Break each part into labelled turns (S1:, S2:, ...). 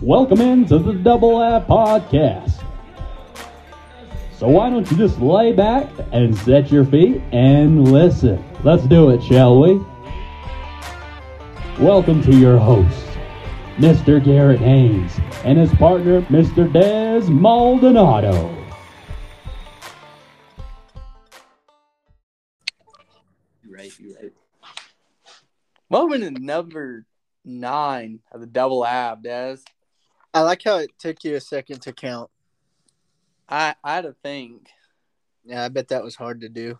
S1: Welcome into the Double App Podcast. So why don't you just lay back and set your feet and listen? Let's do it, shall we? Welcome to your host, Mr. Garrett Haynes, and his partner, Mr. Des Maldonado.
S2: You're right. You're right. Welcome to number nine of the double ab, Des.
S3: I like how it took you a second to count.
S2: I I had to think.
S3: Yeah, I bet that was hard to do.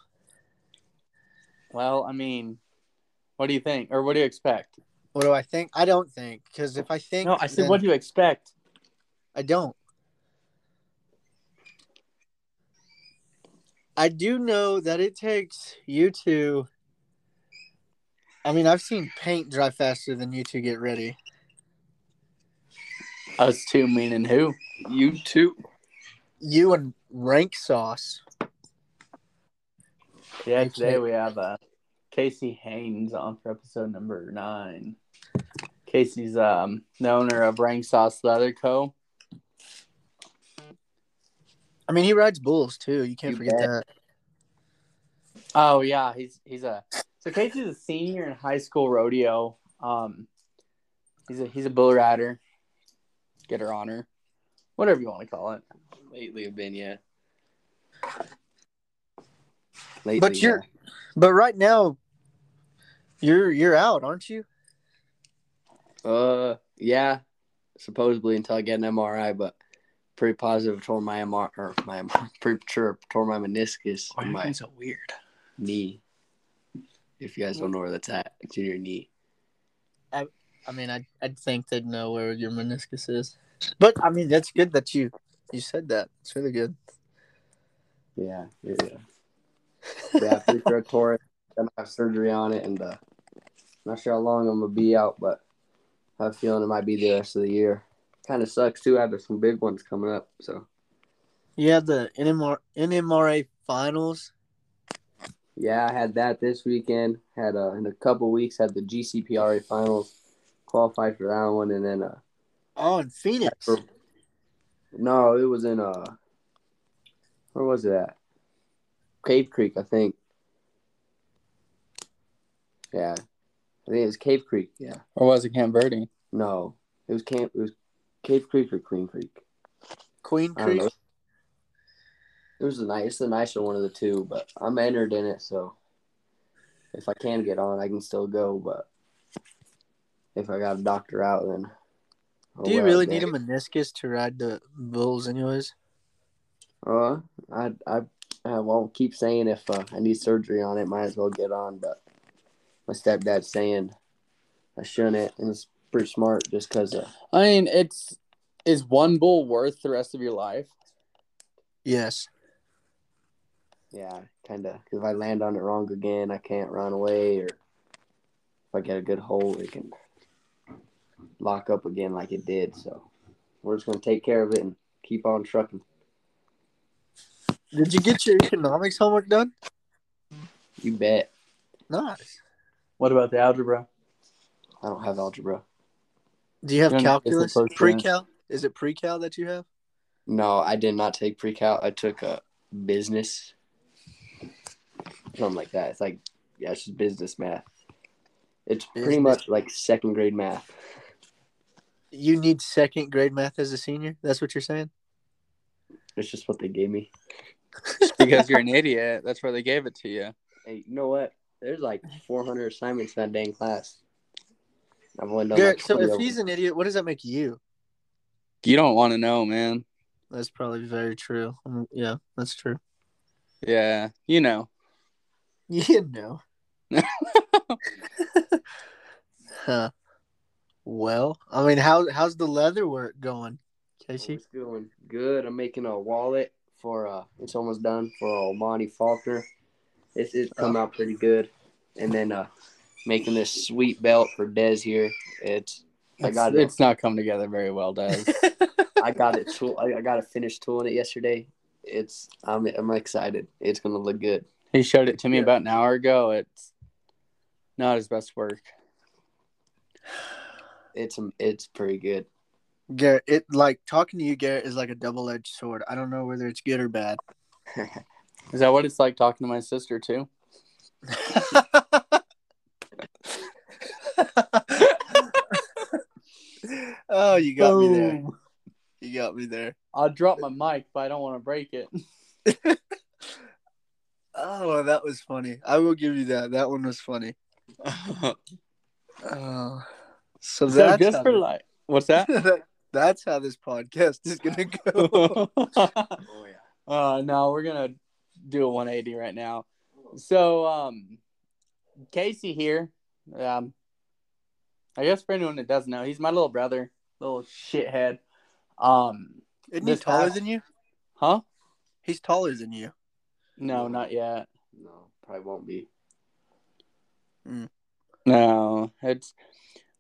S2: Well, I mean, what do you think, or what do you expect?
S3: What do I think? I don't think because if I think,
S2: No, I said,
S3: then
S2: what do you expect?
S3: I don't. I do know that it takes you two. I mean, I've seen paint dry faster than you two get ready.
S2: Us two meaning who? You two.
S3: You and Rank Sauce.
S2: Yeah,
S3: Thank
S2: today
S3: you.
S2: we have uh, Casey Haynes on for episode number nine. Casey's um, the owner of Rang Sauce Leather Co.
S3: I mean, he rides bulls too. You can't
S2: You
S3: forget
S2: bet.
S3: that.
S2: Oh yeah, he's he's a so Casey's a senior in high school rodeo. Um, he's a he's a bull rider, get her honor, whatever you want to call it.
S4: Lately, I've been yeah. Lately,
S3: But you're, but right now, you're you're out, aren't you?
S4: yeah. uh yeah, supposedly until I get an MRI, but pretty positive I tore my MR or my pretty sure I tore my meniscus in my
S2: so weird?
S4: knee. If you guys don't know where that's at, it's in your knee.
S3: I mean, I I'd think they'd know where your meniscus is. But I mean, that's good that you you said that. It's really good.
S4: Yeah, yeah, yeah. yeah, pretty sure I tore it. Then I have surgery on it, and uh, not sure how long I'm gonna be out, but I have a feeling it might be the rest of the year. Kind of sucks too. I have some big ones coming up, so
S3: You had the NMR, NMRA finals.
S4: Yeah, I had that this weekend. Had uh, in a couple weeks had the GCPRA finals. Qualified for that one, and then uh,
S3: Oh, in Phoenix.
S4: for- no, it was in uh, where was it at? Cave Creek, I think. Yeah, I think it was Cave Creek. Yeah,
S2: Or was it Camp Verde?
S4: no, it was Camp. It was Cave Creek or Queen Creek.
S3: Queen
S4: I don't
S3: Creek.
S4: know. It was the nice. It's the nicer one of the two, but I'm entered in it, so if I can get on, I can still go. But if I got a doctor out, then I'll
S3: Do you
S4: wear
S3: really
S4: it
S3: need a
S4: then.
S3: meniscus to ride the bulls, anyways?
S4: Uh, I I I won't keep saying if uh, I need surgery on it, might as well get on. But my stepdad's saying I shouldn't, and it's pretty smart just because uh,
S2: I mean, it's is one bull worth the rest of your life?
S3: Yes.
S4: Yeah, kind of. Because if I land on it wrong again, I can't run away, or if I get a good hold, it can lock up again like it did. So we're just gonna take care of it and keep on trucking.
S3: Did you get your economics homework done?
S4: You bet.
S3: Nice.
S2: What about the algebra?
S4: I don't have algebra.
S3: Do you have
S2: You're not- it's
S3: calculus?
S2: supposed to-
S3: Pre-cal? Is it pre-cal that you have?
S4: No, I did not take pre-cal. I took a business, something like that. It's like yeah, it's just business math. It's pretty
S3: Business.
S4: much like second grade math.
S3: You need second grade math as a senior. That's what you're saying.
S4: It's just what they gave me.
S2: because you're an idiot. That's why they gave it to you.
S4: Hey, you know what? There's like 400 assignments in that dang class. I've only done
S3: Garrett,
S4: like
S3: so
S4: 20
S3: if
S4: of
S3: he's
S4: them.
S3: an idiot, what does that make you?
S2: You don't want to know, man.
S3: That's probably very true. Um, yeah, that's true.
S2: Yeah, you know.
S3: You know. huh. Well, I mean, how how's the leather work going, Casey?
S4: it's doing good. I'm making a wallet for uh, it's almost done for uh, Monty Faulkner. It's it's come out pretty good. And then uh, making this sweet belt for Des here. It's I
S2: It's,
S4: got it.
S2: it's not come together very well, does?
S4: I got it. Tool. I, I got to finish tooling it yesterday. It's I'm I'm excited. It's gonna look good.
S2: he showed it to me
S4: Yeah.
S2: about an hour ago. It's not his best work.
S4: It's it's pretty good.
S3: Garrett, it like talking to you, Garrett, is like a double edged sword. I don't know whether it's good or bad.
S2: Is that what it's like talking to my sister too?
S3: oh, you got me there.
S2: Boom.
S3: You got me there.
S2: I'll drop my mic, but I don't want to break it.
S3: Oh, that was funny. I will give you that. That one was funny. Oh, so
S2: so
S3: that's
S2: just
S3: how
S2: for like, what's that?
S3: that- that's how this podcast is gonna go.
S2: uh,
S4: Oh yeah.
S2: no, we're gonna do a 180 right now. So, um, Casey here. Um, I guess for anyone that doesn't know, he's my little brother, little shithead. Um,
S3: Isn't he
S2: This
S3: taller
S2: past-
S3: than you?
S2: huh?
S3: He's taller than you.
S2: No, not yet.
S4: No, probably won't be.
S2: No, it's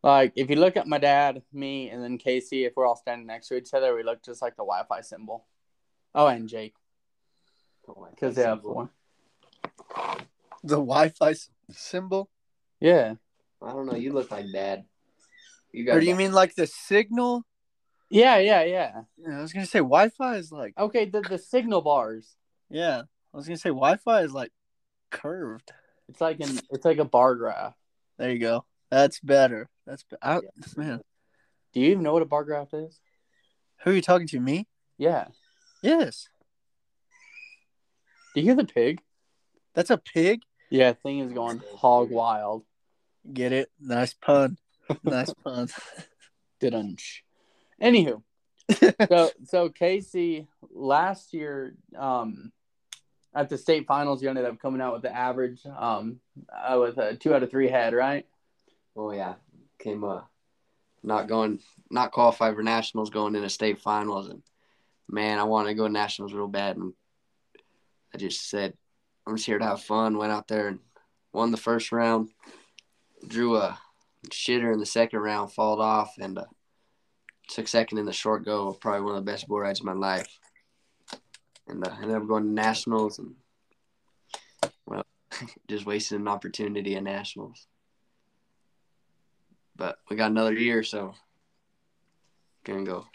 S2: like if you look at my dad, me, and then Casey, if we're all standing next to each other, we look just like the Wi Fi symbol. Oh, and Jake,
S4: Don't like
S2: because they
S4: that
S2: have
S4: symbol.
S2: four.
S3: The Wi-Fi s- symbol,
S2: Yeah.
S4: I don't know. You look like dad. You
S3: or do you
S4: that-
S3: mean like the signal?
S2: Yeah, yeah, yeah.
S3: Yeah, I was gonna say Wi-Fi is like.
S2: Okay, the, the signal bars.
S3: Yeah, I was gonna say Wi-Fi is like curved.
S2: It's like an it's like a bar graph.
S3: There you go. That's better. That's be- I,
S4: Yeah.
S3: man.
S2: Do you even know what a bar graph is?
S3: Who are you talking to? Me?
S2: Yeah.
S3: Yes.
S2: Do you hear the pig?
S3: That's a pig.
S2: Yeah, thing is going hog wild.
S3: Get it? Nice pun. nice pun.
S2: Didn't. Anywho, so so Casey last year um at the state finals you ended up coming out with the average um uh, with a two out of three head right
S4: Oh yeah, came uh, not going, not qualified for nationals, going into state finals, and man, I wanted to go to nationals real bad, and I just said, I'm just here to have fun. Went out there and won the first round, drew a shitter in the second round, falled off, and uh, took second in the short go. Probably one of the best bull rides of my life, and uh, ended up going to nationals, and well, just wasted an opportunity at nationals but we got another year, so gonna go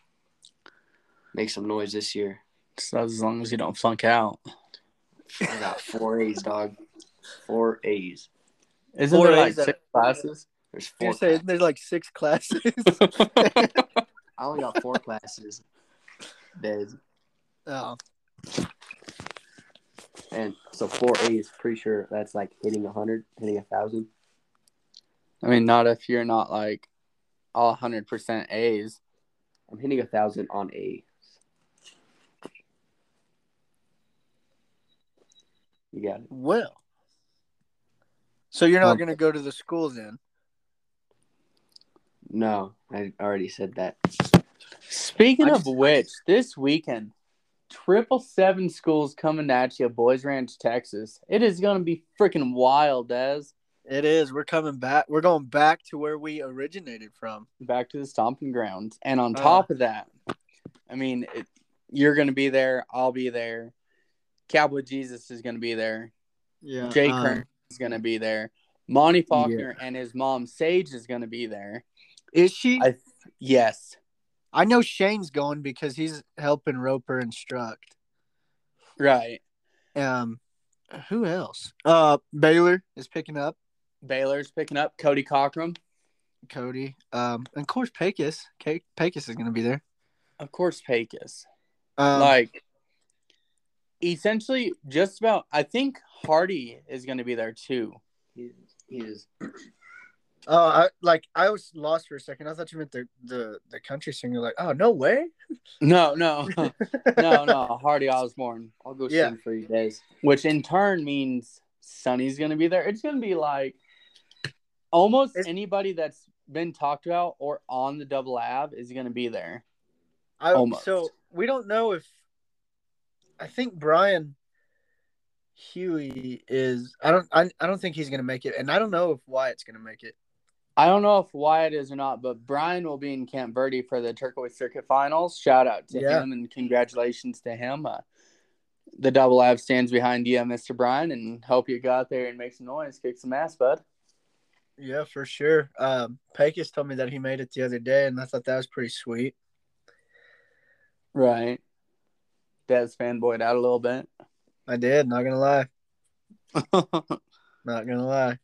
S4: make some noise this year.
S2: so as long as you don't funk out
S4: I got four A's, dog. Four A's.
S2: isn't
S3: Four
S2: there like
S3: A's out
S2: six
S3: of-
S2: classes
S4: There's
S3: You're
S4: four.
S3: saying there's like six classes.
S4: I only got four classes. Des.
S3: oh,
S4: And so four A's. Pretty sure that's like hitting a hundred, hitting a thousand.
S2: i mean not if you're not like all 100% a's
S4: I'm hitting a thousand on A's. You got it.
S3: well. So you're not
S4: Um,
S3: gonna go to the school then?
S4: No, I already said that.
S2: Speaking
S4: I
S2: of
S4: just-
S2: which, this weekend, triple seven schools coming at you, Boys Ranch, Texas. It is going to be freaking wild, Des.
S3: It is. We're coming back. We're going back to where we originated from.
S2: Back to the stomping grounds, and on
S3: Uh.
S2: top of that, I mean, it, you're going to be there. I'll be there. Cowboy Jesus is going to be there.
S3: Yeah. uh.
S2: Jay Kern is going to be there. Monty Faulkner and his mom Sage is going to be there.
S3: Is she?
S2: I- Yes,
S3: I know Shane's going because he's helping Roper instruct.
S2: right.
S3: Um, who else? Uh, Baylor is picking up
S2: Baylor's picking up Cody Cochran.
S3: Cody. Um, and of course Pecos. K- Pecos is going to be there.
S2: Of course, Pecos.
S3: Um,
S2: like essentially just about i think hardy is going to be there too
S4: He, he is.
S3: oh, I, like I was lost for a second. I thought you meant the the the country singer. Like, oh no way.
S2: no no no no hardy osborne
S4: I'll go
S3: Yeah.
S4: sing for you, Des.
S2: which in turn means sonny's going to be there it's going to be like almost
S3: It's-
S2: anybody that's been talked about or on the double ab is going to be there
S3: I,
S2: Almost.
S3: So we don't know if I think Brian Huey is. I don't. I, I don't think he's going to make it, and I don't know if Wyatt's going to make it.
S2: i don't know if wyatt is or not but brian will be in camp verde for the turquoise circuit finals shout out to
S3: Yeah.
S2: him and congratulations to him uh, the double ab stands behind you, Mr. Brian, and hope you got there and make some noise, kick some ass, bud.
S3: Yeah, for sure. Um, Pecos told me that he made it the other day, and I thought that was pretty sweet.
S2: Right. Dad's fanboyed out a little bit.
S3: I did. Not gonna lie. Not gonna lie.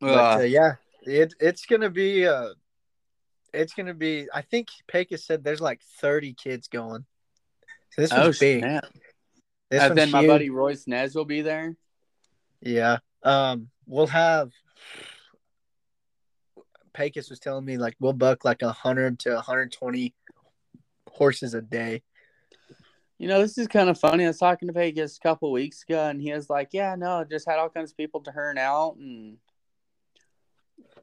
S3: But uh, yeah, it, it's gonna be. Uh, it's gonna be. I think Pecos said there's like 30 kids going. So this
S2: oh,
S3: one's big.
S2: snap.
S3: This
S2: and
S3: one's
S2: then my
S3: huge.
S2: buddy Royce Nez will be there.
S3: Yeah. Um, we'll have. Pecos was telling me like we'll buck like 100 to 120 horses a day.
S2: You know, this is kind of funny. I was talking to Vegas a couple weeks ago, and he was like, "Yeah, no, just had all kinds of people turn out, and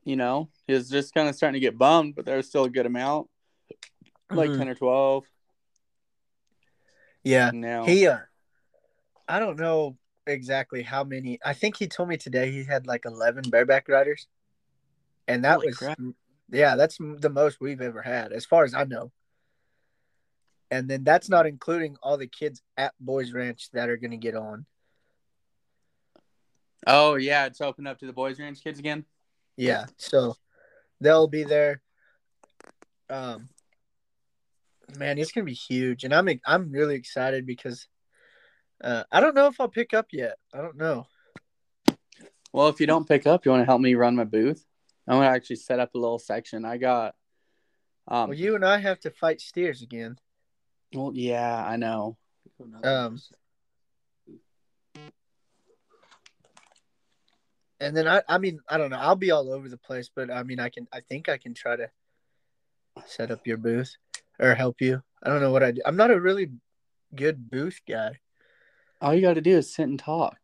S2: you know, he was just kind of starting to get bummed, but there was still a good amount, like
S3: Mhm.
S2: ten or twelve.
S3: Yeah.
S2: Now,
S3: He, uh, I don't know exactly how many. I think he told me today he had like 11 bareback riders. And that
S2: Holy
S3: was,
S2: crap.
S3: yeah, that's m- the most we've ever had, as far as I know. And then that's not including all the kids at Boys Ranch that are going to get on.
S2: oh yeah, it's open up to the boys' ranch kids again.
S3: Yeah. So they'll be there. Um, man, it's going to be huge. And I'm, I'm really excited because uh, I don't know if I'll pick up yet. I don't know.
S2: Well, if you don't pick up, you want to help me run my booth? I'm gonna actually set up a little section. I got, um,
S3: Well, you and I have to fight steers again.
S2: well, yeah, I know.
S3: Um, and then I, I mean, I don't know. I'll be all over the place, but I mean, I can, I think I can try to set up your booth or help you. I don't know what I do. I'm not a really good booth guy,
S2: All you got to do is sit and talk.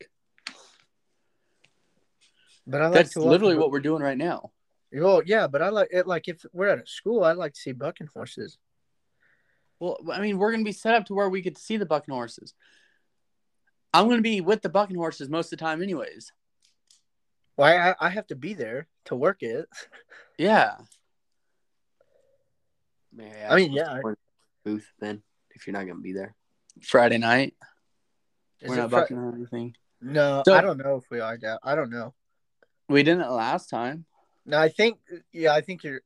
S3: but I like
S2: That's
S3: to walk
S2: literally
S3: the-
S2: what we're doing right now.
S3: Well, yeah, but I like it. Like if we're at a school, I like to see bucking horses.
S2: Well, I mean, we're going to be set up to where we could see the bucking horses. I'm going to be with the bucking horses most of the time, anyways.
S3: Why I, I have to be there to work it.
S2: Yeah.
S3: I mean, yeah.
S4: Booth then, if you're not gonna be there.
S2: Friday night.
S3: Is
S2: we're
S3: it
S2: not
S3: Fri-
S2: bucking or anything.
S3: no,
S2: So-
S3: I don't know if we are. Dad. I don't know.
S2: We didn't last time.
S3: No, I think yeah, I think you're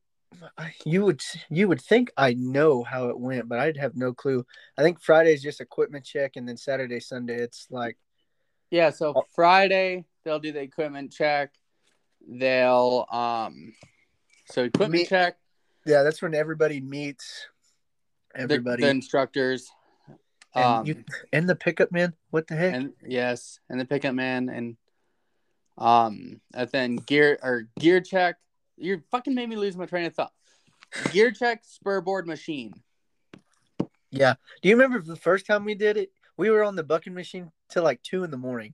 S3: you would you would think I know how it went, but I'd have no clue. I think Friday's just equipment check and then Saturday, Sunday it's like
S2: Yeah. So
S3: Oh.
S2: Friday, they'll do the equipment check. They'll, um, so equipment
S3: Me-
S2: check,
S3: yeah, that's when everybody meets
S2: the-
S3: everybody
S2: the instructors.
S3: and
S2: um,
S3: you and the pickup man. What the heck?
S2: and yes, and the pickup man, and um, and then gear or gear check. You fucking made me lose my train of thought. Gear check, spur board machine.
S3: yeah. Do you remember the first time we did it? We were on the bucking machine till like two in the morning.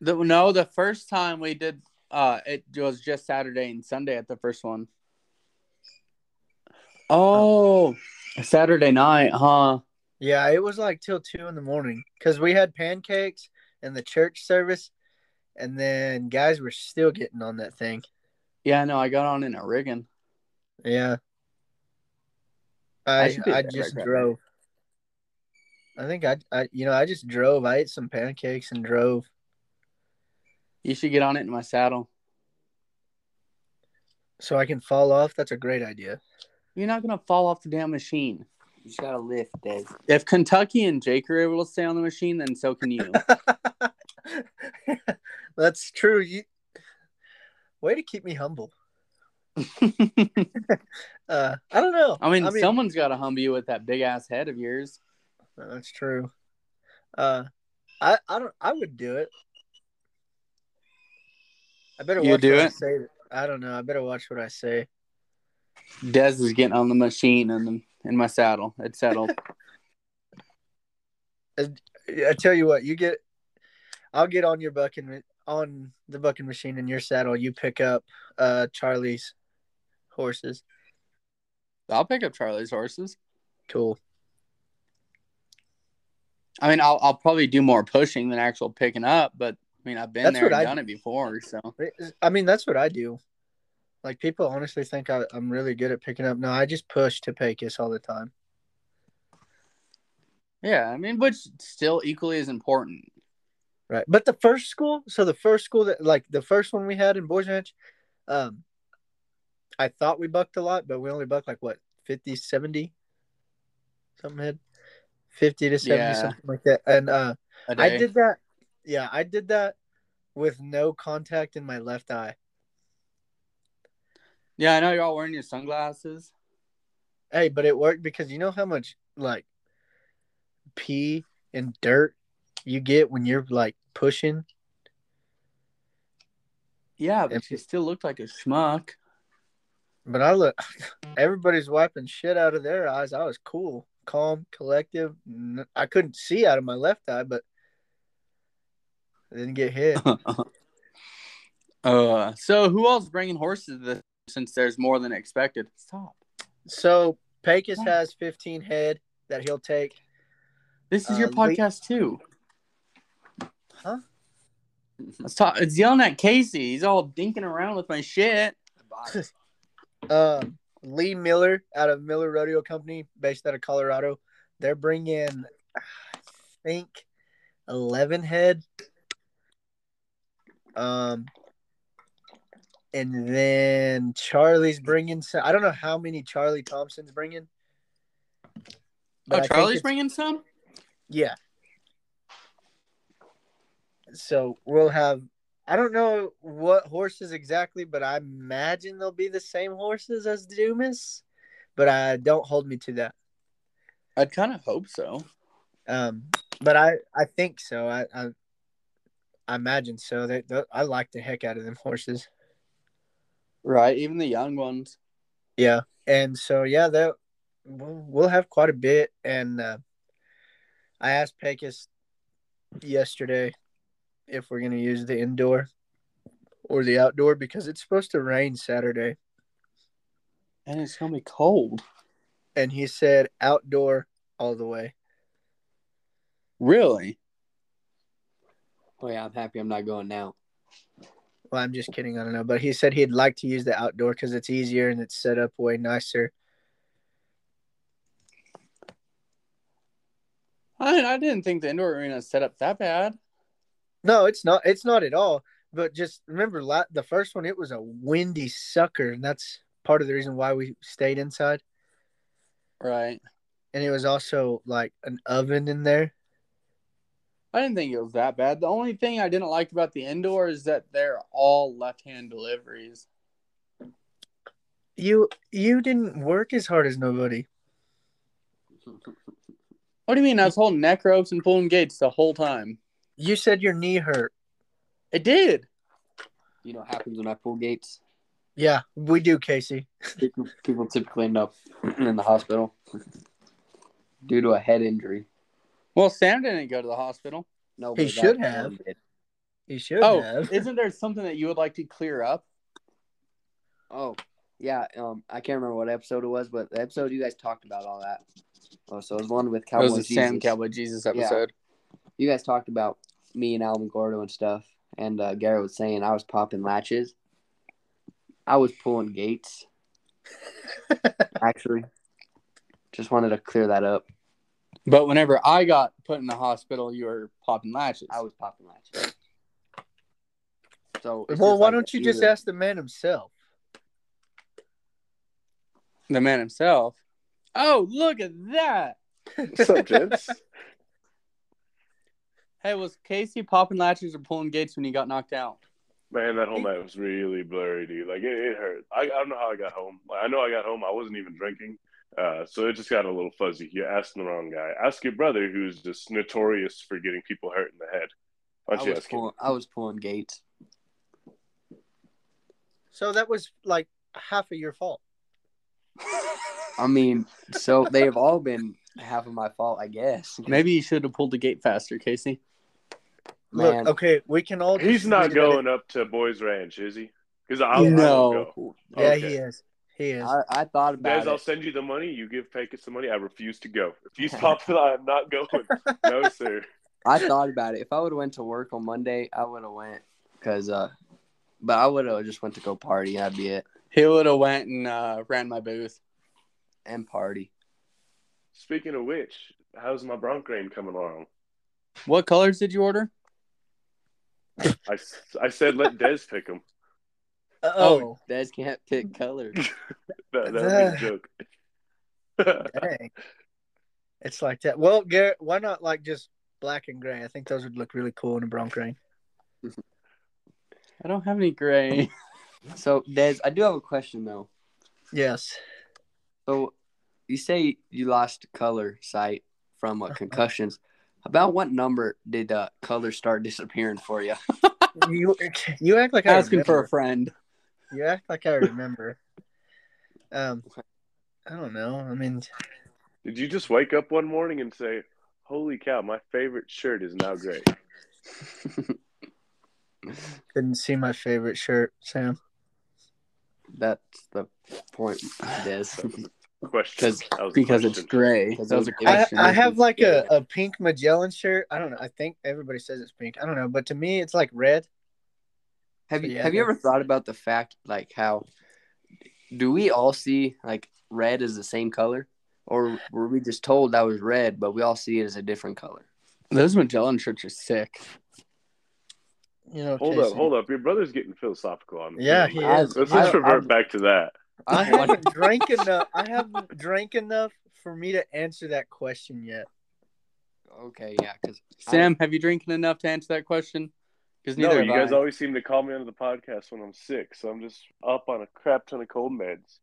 S2: The, no, the first time we did, uh, it was just Saturday and Sunday at the first one. Oh, Saturday night, huh?
S3: Yeah, it was like till two in the morning because we had pancakes and the church service, and then guys were still getting on that thing.
S2: Yeah, no, I got on in a rigging.
S3: Yeah.
S2: I
S3: I
S2: should be
S3: I,
S2: there,
S3: just
S2: right, right.
S3: drove. I think I, I you know I just drove. I ate some pancakes and drove.
S2: You should get on it in my saddle.
S3: So I can fall off. That's a great idea.
S2: You're not gonna fall off the damn machine.
S4: You just gotta lift, Dave.
S2: If Kentucky and Jake are able to stay on the machine, then so can you.
S3: That's true. You way to keep me humble. Uh, I don't know.
S2: I mean, someone's got to humble you with that big ass head of yours.
S3: that's true. Uh, I I don't. I would do it. I better
S2: You
S3: watch
S2: do
S3: what I
S2: it?
S3: say. I don't know. I better watch what I say.
S2: Dez is getting on the machine and in my saddle. It's settled.
S3: I tell you what, you get. I'll get on your bucking on the bucking machine in your saddle. You pick up uh Charlie's horses.
S2: I'll pick up Charlie's horses.
S3: Cool.
S2: I mean, I'll, I'll probably do more pushing than actual picking up, but I mean, I've been
S3: That's
S2: there and
S3: what I
S2: done it before. So
S3: I mean, that's what I do. Like people honestly think I, I'm really good at picking up. No, I just push to Pecos all the time.
S2: yeah, I mean, which still equally is important.
S3: Right. But the first school, so the first school that like the first one we had in Boys Ranch, um, I thought we bucked a lot, but we only bucked like what 50, 70. something had fifty to seventy
S2: Yeah.
S3: something like that. And uh,
S2: A
S3: I
S2: day.
S3: did that. Yeah, I did that with no contact in my left eye.
S2: Yeah, I know you're all wearing your sunglasses.
S3: Hey, but it worked because you know how much like pee and dirt you get when you're like pushing.
S2: Yeah,
S3: Yep.
S2: but you still look like a schmuck.
S3: But I look, everybody's wiping shit out of their eyes. I was cool, calm, collective. N- I couldn't see out of my left eye, but I didn't get hit.
S2: uh, so who else is bringing horses this, since there's more than expected? Stop.
S3: So Pecos
S2: Yeah.
S3: has 15 head that he'll take.
S2: This is
S3: Uh,
S2: your
S3: Lee-
S2: podcast too.
S3: Huh?
S2: Let's talk. It's yelling at Casey. He's all dinking around with my shit.
S3: Um, Lee Miller out of Miller Rodeo Company, based out of Colorado. They're bringing, I think, 11 head. Um, and then Charlie's bringing. So I don't know how many Charlie Thompson's bringing. but I
S2: oh,
S3: think
S2: Charlie's
S3: it's-
S2: bringing some.
S3: Yeah. So we'll have I don't know what horses exactly, but I imagine they'll be the same horses as Dumas, but I don't hold me to that.
S2: I'd kind of hope so.
S3: Um, but I I think so. I I, I imagine so. They, they I like the heck out of them horses.
S2: Right, even the young ones.
S3: Yeah, and so yeah, that we'll, we'll have quite a bit. And uh, I asked Pecos yesterday if we're gonna use the indoor or the outdoor because it's supposed to rain Saturday,
S2: And it's gonna be cold.
S3: and he said outdoor all the way.
S2: Really?
S4: Oh yeah, I'm happy I'm not going now.
S3: Well, I'm just kidding. I don't know, but he said he'd like to use the outdoor because it's easier and it's set up way nicer.
S2: I, I didn't think the indoor arena set up that bad.
S3: No, it's not. It's not at all. But just remember, la- the first one it was a windy sucker, and that's part of the reason why we stayed inside.
S2: Right.
S3: and it was also like an oven in there.
S2: I didn't think it was that bad. The only thing I didn't like about the indoor is that they're all left hand deliveries.
S3: You you didn't work as hard as nobody.
S2: What do you mean? I was holding neck ropes and pulling gates the whole time.
S3: You said your knee hurt.
S2: It did.
S4: You know what happens when I pull gates?
S3: Yeah, we do, Casey.
S4: People, people typically end up in the hospital due to a head injury.
S2: Well, Sam didn't go to the hospital.
S4: No,
S3: He
S4: but
S3: should
S4: that-
S3: have. You should
S2: Oh,
S3: have.
S2: isn't there something that you would like to clear up?
S4: Oh, yeah. Um, I can't remember what episode it was, but the episode you guys talked about all that. Oh, so it was one with Cowboy
S2: it was the
S4: Jesus.
S2: Sam Cowboy Jesus
S4: Yeah.
S2: episode.
S4: You guys talked about me and Alvin Gordo and stuff, and uh, Garrett was saying I was popping latches. I was pulling gates. Actually, just wanted to clear that up.
S2: But whenever I got put in the hospital, you were popping latches.
S4: I was popping latches. So it's
S3: well,
S4: just
S3: why
S4: like
S3: don't you just
S4: either-
S3: ask the man himself?
S2: the man himself. Oh, look at that. Hey, was Casey popping latches or pulling gates when you got knocked out?
S5: Man, that whole night was really blurry, dude. Like it, it hurt. I, I don't know how I got home. Like, I know I got home. I wasn't even drinking, uh, so it just got a little fuzzy. You asked the wrong guy. Ask your brother, who's just notorious for getting people hurt in the head. Why
S4: I
S5: don't you
S4: was
S5: ask him?
S4: pulling. I was pulling gates.
S3: So that was like half of your fault.
S4: I mean, so they have all been half of my fault, I guess.
S2: Maybe you should have pulled the gate faster, Casey.
S4: Man.
S3: Look, okay, we can all.
S5: He's
S3: just
S5: not
S3: agree that it-
S5: going up to Boys Ranch, is he? Because I, I will
S2: No.
S5: go.
S3: Yeah,
S5: Okay.
S3: he is. He is.
S4: I, I thought
S5: Guys,
S4: about
S5: I'll
S4: it.
S5: send you the money. You give Pecos the money. I refuse to go. If you stop, I'm not going. No, sir.
S4: I thought about it. If I would have went to work on Monday, I would have went because, uh, but I would have just went to go party. That'd be it
S2: He would have went and uh, ran my booth.
S4: and party.
S5: Speaking of which, how's my bronc rain coming along?
S2: What colors did you order?
S5: I, s- I said let Dez pick him.
S3: Oh,
S4: Des can't pick colors.
S5: Oh. That, that was a joke.
S3: dang. It's like that. Well, Garrett, why not like just black and gray? I think those would look really cool in a bronc ring.
S2: I don't have any gray.
S4: So, Des, I do have a question though.
S3: Yes.
S4: So, you say you lost color sight from uh, concussions. About what number did uh, color start disappearing for you?
S3: You you act like I
S2: Asking for
S3: remember.
S2: a friend.
S3: You act like I remember. Um, I don't know. I mean,
S5: Did you just wake up one morning and say, "Holy cow, my favorite shirt is now gray"?
S3: couldn't see my favorite shirt, Sam.
S4: That's the point, Des.
S5: Question.
S2: 'Cause-
S5: That was a
S2: Because it's
S5: question.
S2: gray.
S4: Because
S2: That was a
S4: it-
S3: I,
S2: question.
S3: I have like a, a pink Magellan shirt. I don't know. I think everybody says it's pink. I don't know, but to me, it's like red.
S4: Have you
S3: Yeah,
S4: have you ever
S3: that's-
S4: thought about the fact like how do we all see like red as the same color, or were we just told that was red, but we all see it as a different color?
S2: Those Magellan shirts are sick.
S3: You know.
S5: Hold
S3: Casey.
S5: up, hold up. Your brother's getting philosophical on me.
S3: Yeah, he is.
S5: Let's
S4: I-
S5: just revert back to that.
S3: I
S4: I want-
S3: haven't drank enough. I haven't drank enough for me to answer that question yet.
S4: okay, yeah, because
S2: Sam, have you drinking enough to answer that question? Because
S5: No,
S2: neither
S5: you
S2: have
S5: guys
S2: I.
S5: always seem to call me onto the podcast when I'm sick, so I'm just up on a crap ton of cold meds.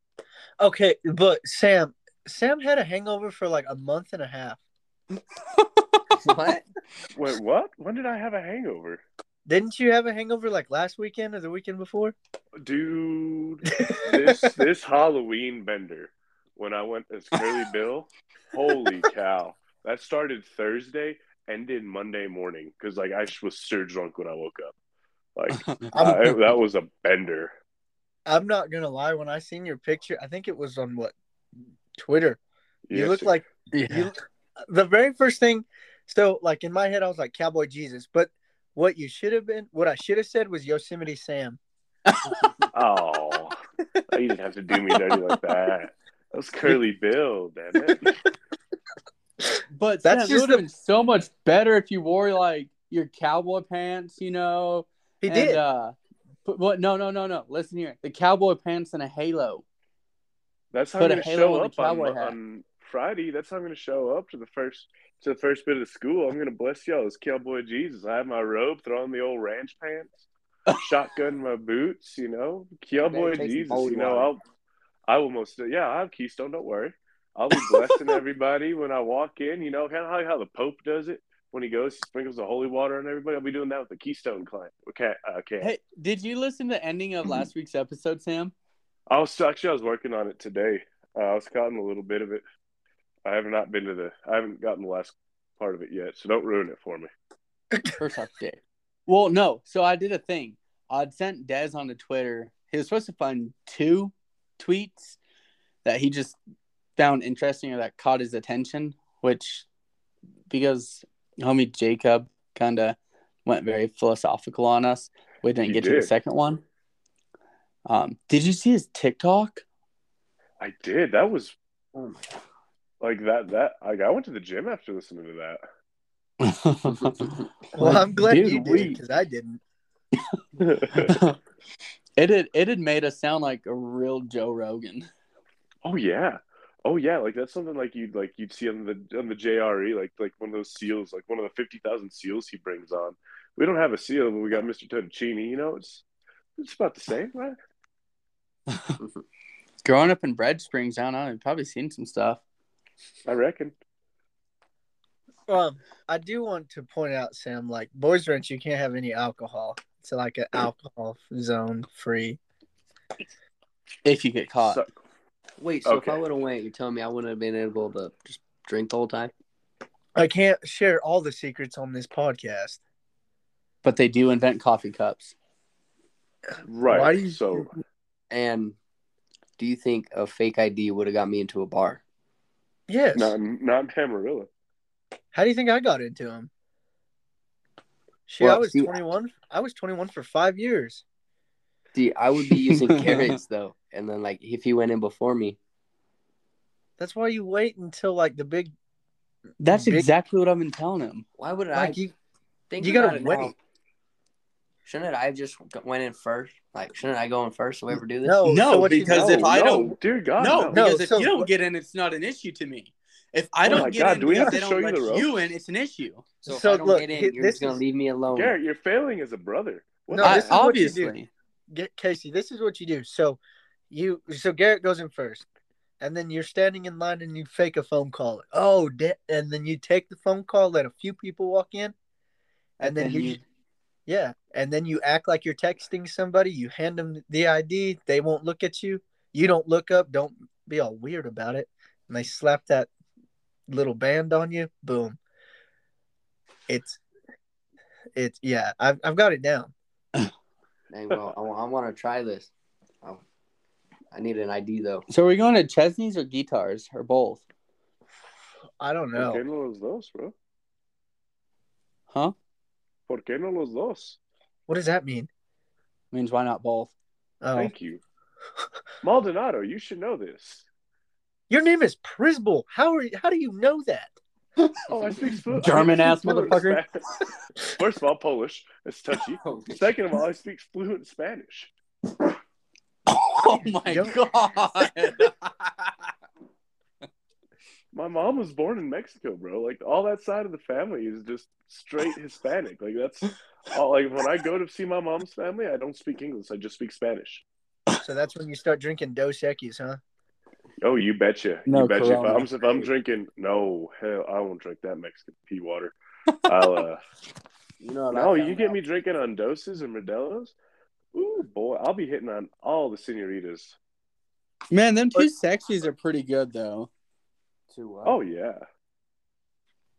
S3: Okay, but Sam, Sam had a hangover for like a month and a half.
S4: what?
S5: Wait, what? When did I have a hangover?
S3: Didn't you have a hangover like last weekend or the weekend before?
S5: Dude, this this Halloween bender when I went as Curly Bill, holy cow. That started Thursday, ended Monday morning because like I just was so drunk when I woke up. Like I,
S3: I'm,
S5: that was a bender.
S3: I'm not gonna lie. When I seen your picture, I think it was on what Twitter. You
S5: Yes,
S3: look
S5: sir.
S3: like
S2: Yeah.
S3: you, the very first thing. So like in my head, I was like Cowboy Jesus, but what you should have been, what I should have said was Yosemite Sam.
S5: oh, you didn't have to do me dirty like that. That was Curly Bill, damn it.
S2: But
S3: That's
S2: Sam, it
S3: just
S2: would have
S3: the-
S2: been so much better if you wore like your cowboy pants, you know.
S3: He
S2: and,
S3: did.
S2: Uh, but what? No, no, no, no. Listen here. The cowboy pants and a halo.
S5: That's how
S2: Put a
S5: I'm gonna
S2: halo
S5: show
S2: on the
S5: up on,
S2: cowboy hat.
S5: on Friday. That's how I'm gonna show up to the first to the first bit of the school. I'm gonna bless y'all as cowboy Jesus. I have my robe, throw on the old ranch pants, shotgun my boots. You know, cowboy
S4: take some
S5: Jesus.
S4: holy
S5: You know,
S4: water.
S5: I'll I will most yeah. I have Keystone. Don't worry. I'll be blessing everybody when I walk in. You know, kind of like how the Pope does it when he goes, he sprinkles the holy water on everybody. I'll be doing that with uh, the Keystone client. Okay, okay.
S2: Hey, did you listen to the ending of last week's episode, Sam?
S5: I was actually I was working on it today. Uh, I was caught in a little bit of it. I have not been to the. I haven't gotten the last part of it yet, so don't ruin it for me.
S2: First update. Well, no. So I did a thing. I'd sent Dez onto Twitter. He was supposed to find two tweets that he just found interesting or that caught his attention, which because homie Jacob kind of went very philosophical on us, we didn't
S5: He
S2: get to the
S5: did.
S2: second one. Um, did you see his TikTok?
S5: I did. That was
S4: Oh my
S5: like that. That like I went to the gym after listening to that.
S2: it
S3: well, I'm glad
S2: dude,
S3: you did
S2: we-
S3: because I didn't.
S2: had it had made us sound like a real Joe Rogan.
S5: Oh yeah, oh yeah. Like that's something like you'd like you'd see on the on the JRE, like like one of those seals, like one of the fifty thousand seals he brings on. We don't have a seal, but we got Mister Tonicini. You know, it's it's about the same, right?
S2: Growing up in Bread Springs, I don't know, you've probably seen some stuff.
S5: I reckon.
S3: Um, I do want to point out, Sam, like Boys Ranch, you can't have any alcohol. It's like an alcohol zone free.
S2: If you get caught.
S5: So-
S4: Wait, so if I
S5: Okay.
S4: would have went, you tell me I wouldn't have been able to just drink the whole time?
S3: I can't share all the secrets on this podcast.
S2: but they do invent coffee cups.
S5: right.
S3: Why do you-
S5: so
S4: And do you think a fake ID would have got me into a bar?
S3: Yes.
S5: not not in Amarillo.
S3: How do you think I got into them? Shit, I
S4: Well,
S3: was
S4: see-
S3: 21. I was 21 for five years.
S4: See, I would be using carrots though, and then like if he went in before me,
S3: That's why you wait until like the big
S2: That's
S3: Big-
S2: exactly what I've been telling him.
S4: why would I?
S3: like you.
S4: think
S3: you gotta
S4: about it now.
S3: wait.
S4: Shouldn't I just go- went in first? Like, shouldn't I go in first? So we ever do this?
S3: No,
S2: No,
S3: so what you
S2: because
S3: know-
S2: if I don't-
S5: dear God,
S2: no,
S3: no.
S2: because if
S3: so-
S2: you don't get in, it's not an issue to me. If I
S5: Oh
S2: don't
S5: my
S2: get
S5: God,
S2: in
S5: do we
S2: because
S5: have
S2: they
S5: to
S2: don't
S5: show you
S2: let
S5: the ropes?
S2: you in, it's an issue.
S4: So, if
S3: So,
S4: I don't
S3: look,
S4: get
S3: hi-
S4: in, you're
S3: this
S4: just gonna
S3: is-
S4: leave me alone.
S5: Garrett, you're failing as a brother.
S3: No,
S5: the
S2: I-
S3: this is
S5: heck?
S3: what you
S2: obviously.
S3: Get Casey, this is what you do. So you so Garrett goes in first. And then you're standing in line and you fake a phone call. Oh, da- and then you take the phone call, let a few people walk in, and then you, yeah, and then you act like you're texting somebody. You hand them the ID, they won't look at you. You don't look up. Don't be all weird about it. And they slap that little band on you. Boom. It's, it's yeah. I've I've got it down.
S4: Dang, well, I, want to try this. Oh, I need an ID though.
S2: So are we going to Chesney's or guitars or both?
S3: I don't know.
S5: ¿Por qué no los dos, bro?
S2: Huh?
S5: ¿Por qué no los dos?
S3: What does that mean?
S2: Means why not both?
S3: Oh,
S5: Thank you. Maldonado, you should know this.
S3: your name is Prisble. How are you, how do you know that?
S5: Oh, I speak flu- I
S2: German
S5: speak
S2: ass
S5: fluent
S2: motherfucker.
S5: Spanish. First of all, Polish. It's touchy.
S4: Oh,
S5: Second of all, I speak fluent Spanish.
S2: Oh my
S3: Yep.
S2: god!
S5: My mom was born in Mexico, bro. Like all that side of the family is just straight Hispanic. Like that's all. Like when I go to see my mom's family, I don't speak English. I just speak Spanish.
S3: So that's when you start drinking Dos Equis, huh?
S5: Oh, you betcha.
S2: No
S5: you betcha.
S2: Corona.
S5: If I'm if I'm drinking, no hell, I won't drink that Mexican pea water. I'll uh,
S4: you know what I
S5: No,
S4: found
S5: you get
S4: out?
S5: me drinking on doses and Modelo's. Ooh, boy, I'll be hitting on all the senoritas.
S2: Man, them two sexies are pretty good though.
S4: to what?
S5: Oh yeah,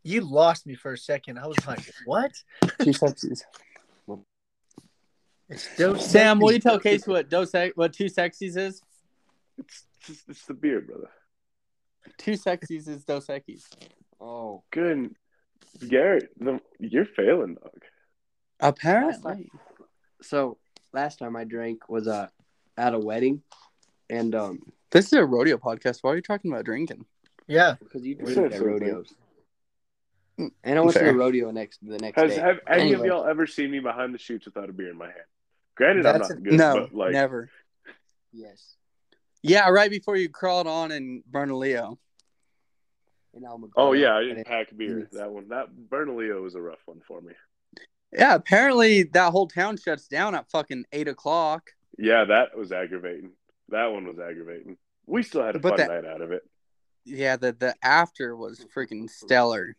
S3: You lost me for a second. I was like, what?
S2: Two sexies.
S3: It's Dos
S2: Sam, what do you
S3: Equis.
S2: tell Casey what Dos Ex- what two sexies is?
S5: it's, it's it's the beer, brother.
S2: Two sexies is Dos Equis.
S4: Oh,
S5: Good, Garrett, the, you're failing, dog.
S2: Apparently,
S4: so last time I drank was uh, at a wedding, and um,
S2: this is a rodeo podcast. Why are you talking about drinking?
S3: Yeah.
S4: because you
S5: It's
S4: drink
S5: not
S4: at
S5: so bad.
S4: rodeos. And I went to
S2: Fair.
S4: a rodeo next the next
S5: Has
S4: day.
S5: have any of
S4: Anyway.
S5: y'all ever seen me behind the shoots without a beer in my hand? Granted,
S3: That's
S5: I'm
S3: an-
S5: not good,
S2: no,
S5: but like
S2: never.
S4: yes,
S2: Yeah, right before you crawled on and Bernalillo.
S4: and I'm a
S5: Oh yeah, I
S4: And
S5: didn't pack beer.
S4: Yes.
S5: That one, that Bernalillo was a rough one for me.
S2: Yeah, apparently that whole town shuts down at fucking eight o'clock.
S5: Yeah, that was aggravating. That one was aggravating. We still had a
S2: But
S5: fun
S2: that-
S5: night out of it.
S2: Yeah, the the after was freaking stellar.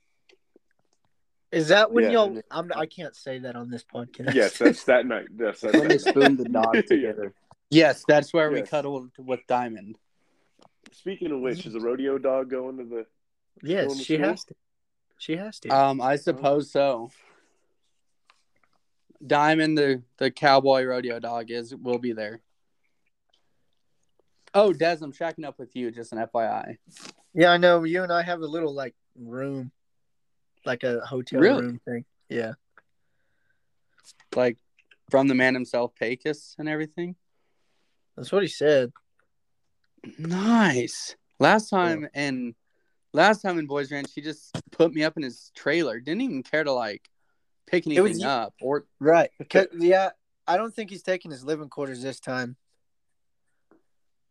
S3: Is that when
S5: Yeah.
S3: y'all? I'm, I can't say that on this podcast.
S5: Yes, that's that night. Yes, that's
S4: When they
S5: that night.
S4: spoon the dog together.
S2: Yes, that's where we
S5: Yes.
S2: cuddled with Diamond.
S5: Speaking of which, is a rodeo dog going to the
S3: yes,
S5: Going to
S3: she
S5: school?
S3: has to. She has to.
S2: Um, I suppose so. Diamond, the the cowboy rodeo dog, is will be there. Oh, Des, I'm shacking up with you. Just an FYI.
S3: yeah, I know. You and I have a little like room, like a hotel
S2: Really?
S3: room thing. Yeah.
S2: Like from the man himself, Pecos, and everything.
S3: That's what he said.
S2: Nice. Last time and last time in Boys Ranch, he just put me up in his trailer. Didn't even care to like pick anything
S3: was-
S2: up or
S3: Right. yeah, I don't think he's taking his living quarters this time.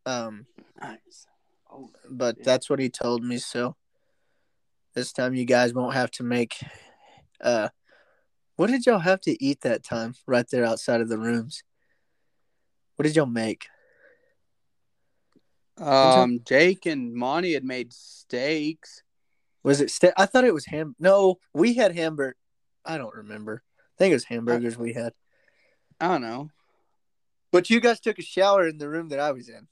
S3: Um,
S2: nice.
S4: Oh,
S3: but
S4: Yeah.
S3: that's what he told me. So this time you guys won't have to make. Uh, what did y'all have to eat that time? Right there outside of the rooms. What did y'all make?
S2: Um, Jake and Monty had made steaks.
S3: Was it? St- I thought it was ham. No, we had hamburger. I don't remember. I think it was hamburgers we had.
S2: I don't know.
S3: But you guys took a shower in the room that I was in.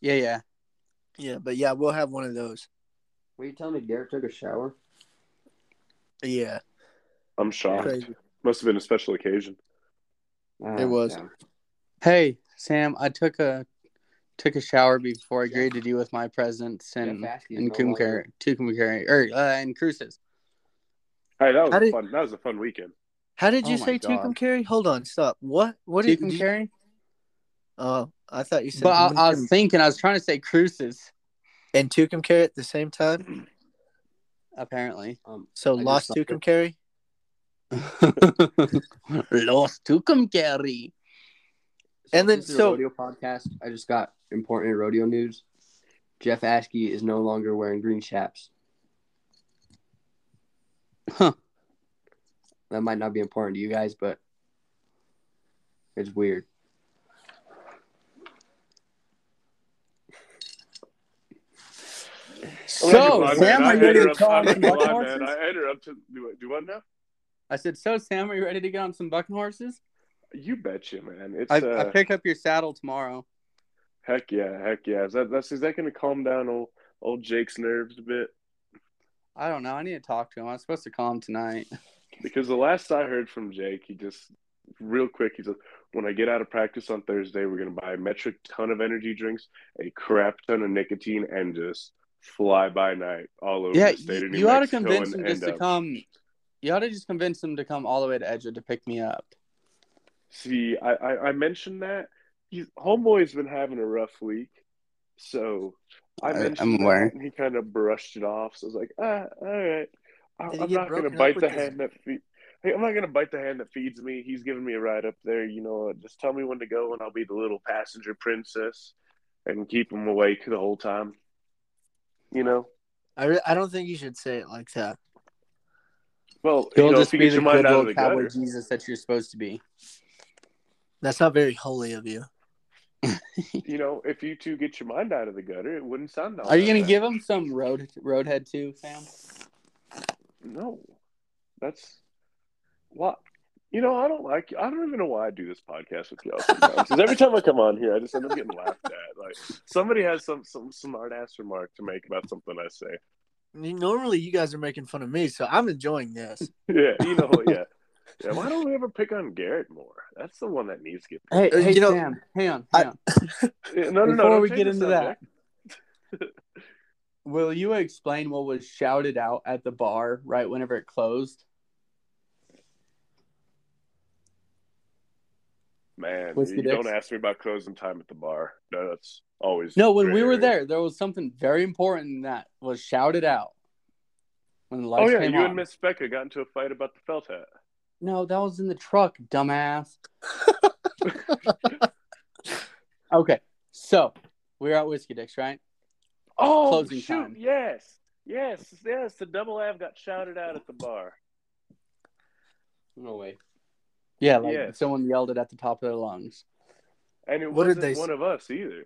S2: Yeah, yeah.
S3: Yeah, but yeah, we'll have one of those.
S4: were you telling me Garrett took a shower?
S3: Yeah,
S5: I'm shocked.
S3: crazy.
S5: Must have been a special occasion.
S4: Uh,
S3: It was.
S4: yeah.
S2: Hey, Sam, I took a took a shower before I greeted you with my presence and
S4: Jeff Askey is
S2: and
S4: no
S2: Coombe
S4: longer-
S2: Carry, two Coombe Carry, or uh, and Cruces.
S5: Hey, that was
S3: How
S5: a
S3: did-
S5: fun. That was a fun weekend.
S3: How did you
S2: Oh my
S3: say
S2: God.
S3: Tucum Carry? Hold on, stop. What? What did,
S2: Tucum
S3: did you?
S2: Carry.
S3: Oh, I thought you said.
S2: But I, I was thinking, I was trying to say Cruces.
S3: and Tucum Carry at the same time.
S2: Apparently,
S4: Um,
S3: So
S4: I just
S3: lost
S4: saw
S3: Tucum
S4: it.
S3: Carry.
S2: Los Tucum Carry.
S3: And then-
S4: this is a
S3: so-
S4: rodeo podcast. I just got important rodeo news. Jeff Askey is no longer wearing green chaps.
S2: Huh.
S4: That might not be important to you guys, but it's weird.
S2: So
S5: I'm
S2: Sam,
S5: not
S2: are
S5: gonna
S2: you ready to
S5: lie, man. I,
S2: talk
S5: I'm not
S2: some
S5: gonna
S2: bucking
S5: lie, man.
S2: horses?
S5: I interrupt. To, do, do what now?
S2: I said, so Sam, are you ready to get on some bucking horses?
S5: You betcha, man. It's
S2: I,
S5: uh,
S2: I pick up your saddle tomorrow.
S5: heck yeah, heck yeah. Is that that's is that gonna calm down old old Jake's nerves a bit?
S2: I don't know. I need to talk to him. I was supposed to call him tonight.
S5: Because the last I heard from Jake, he just real quick, he said, "When I get out of practice on Thursday, we're gonna buy a metric ton of energy drinks, a crap ton of nicotine, and just fly by night all over
S2: yeah,
S5: the state
S2: you,
S5: of New
S2: you ought to
S5: Mexico
S2: convince
S5: and
S2: him just
S5: end
S2: to
S5: up-
S2: come. You ought to just convince him to come all the way to Edgewood to pick me up.
S5: See, I, I, I mentioned that he's homeboy's been having a rough week, so I
S2: I-
S5: mentioned
S2: I'm
S5: that,
S2: aware.
S5: and he kind of brushed it off. So I was like, ah, all right, I,
S3: Did he
S5: I'm
S3: get
S5: not gonna
S3: broken up
S5: bite
S3: with
S5: the
S3: his-
S5: hand that feeds. Hey, I'm not gonna bite the hand that feeds me. He's giving me a ride up there. You know, what? just tell me when to go, and I'll be the little passenger princess and keep him awake the whole time. You know.
S3: I, re- I don't think you should say it like that.
S5: Well,
S2: He'll
S5: you know,
S2: just
S5: if you
S2: be
S5: get
S2: the
S5: your mind
S2: good
S5: out of
S2: old
S5: the
S2: cowboy
S5: gutter.
S2: Jesus that you're supposed to be.
S3: That's not very holy of you.
S5: You know, if you two get your mind out of the gutter, it wouldn't sound. all
S2: Are you
S5: that
S2: gonna
S5: bad.
S2: give him some road roadhead too, Sam?
S5: No, that's why. You know, I don't like. I don't even know why I do this podcast with y'all. Because every time I come on here, I just end up getting laughed at. Like somebody has some some smart ass remark to make about something I say.
S3: I mean, normally, you guys are making fun of me, so I'm enjoying this.
S5: Yeah, you know, what, yeah, yeah. Why don't we ever pick on Garrett more? That's the one that needs to get.
S2: Hey,
S3: Uh,
S2: hey
S3: you know,
S2: Sam, hang on,
S3: I-
S2: hang on.
S5: Yeah, No, no, no.
S2: Before
S5: don't
S2: we
S5: change
S2: get
S5: the
S2: into
S5: subject.
S2: Will you explain what was shouted out at the bar right whenever it closed?
S5: man,
S2: Whiskey
S5: you don't
S2: dicks.
S5: ask me about closing time at the bar. No, that's always
S2: No, when we
S5: very-
S2: were there, there was something very important that was shouted out when the
S5: Oh
S2: lights
S5: yeah,
S2: came
S5: you
S2: on.
S5: and Miss Becca got into a fight about the felt hat.
S2: No, that was in the truck, dumbass. okay, so we were at Whiskey Dicks, right?
S5: Oh,
S2: Closing
S5: shoot,
S2: time.
S5: yes. Yes, yes, the double Av got shouted out at the bar.
S2: No way. Yeah, like
S5: Yes.
S2: someone yelled it at the top of their lungs.
S5: And it
S3: What did
S5: wasn't
S3: they s-
S5: one of us either.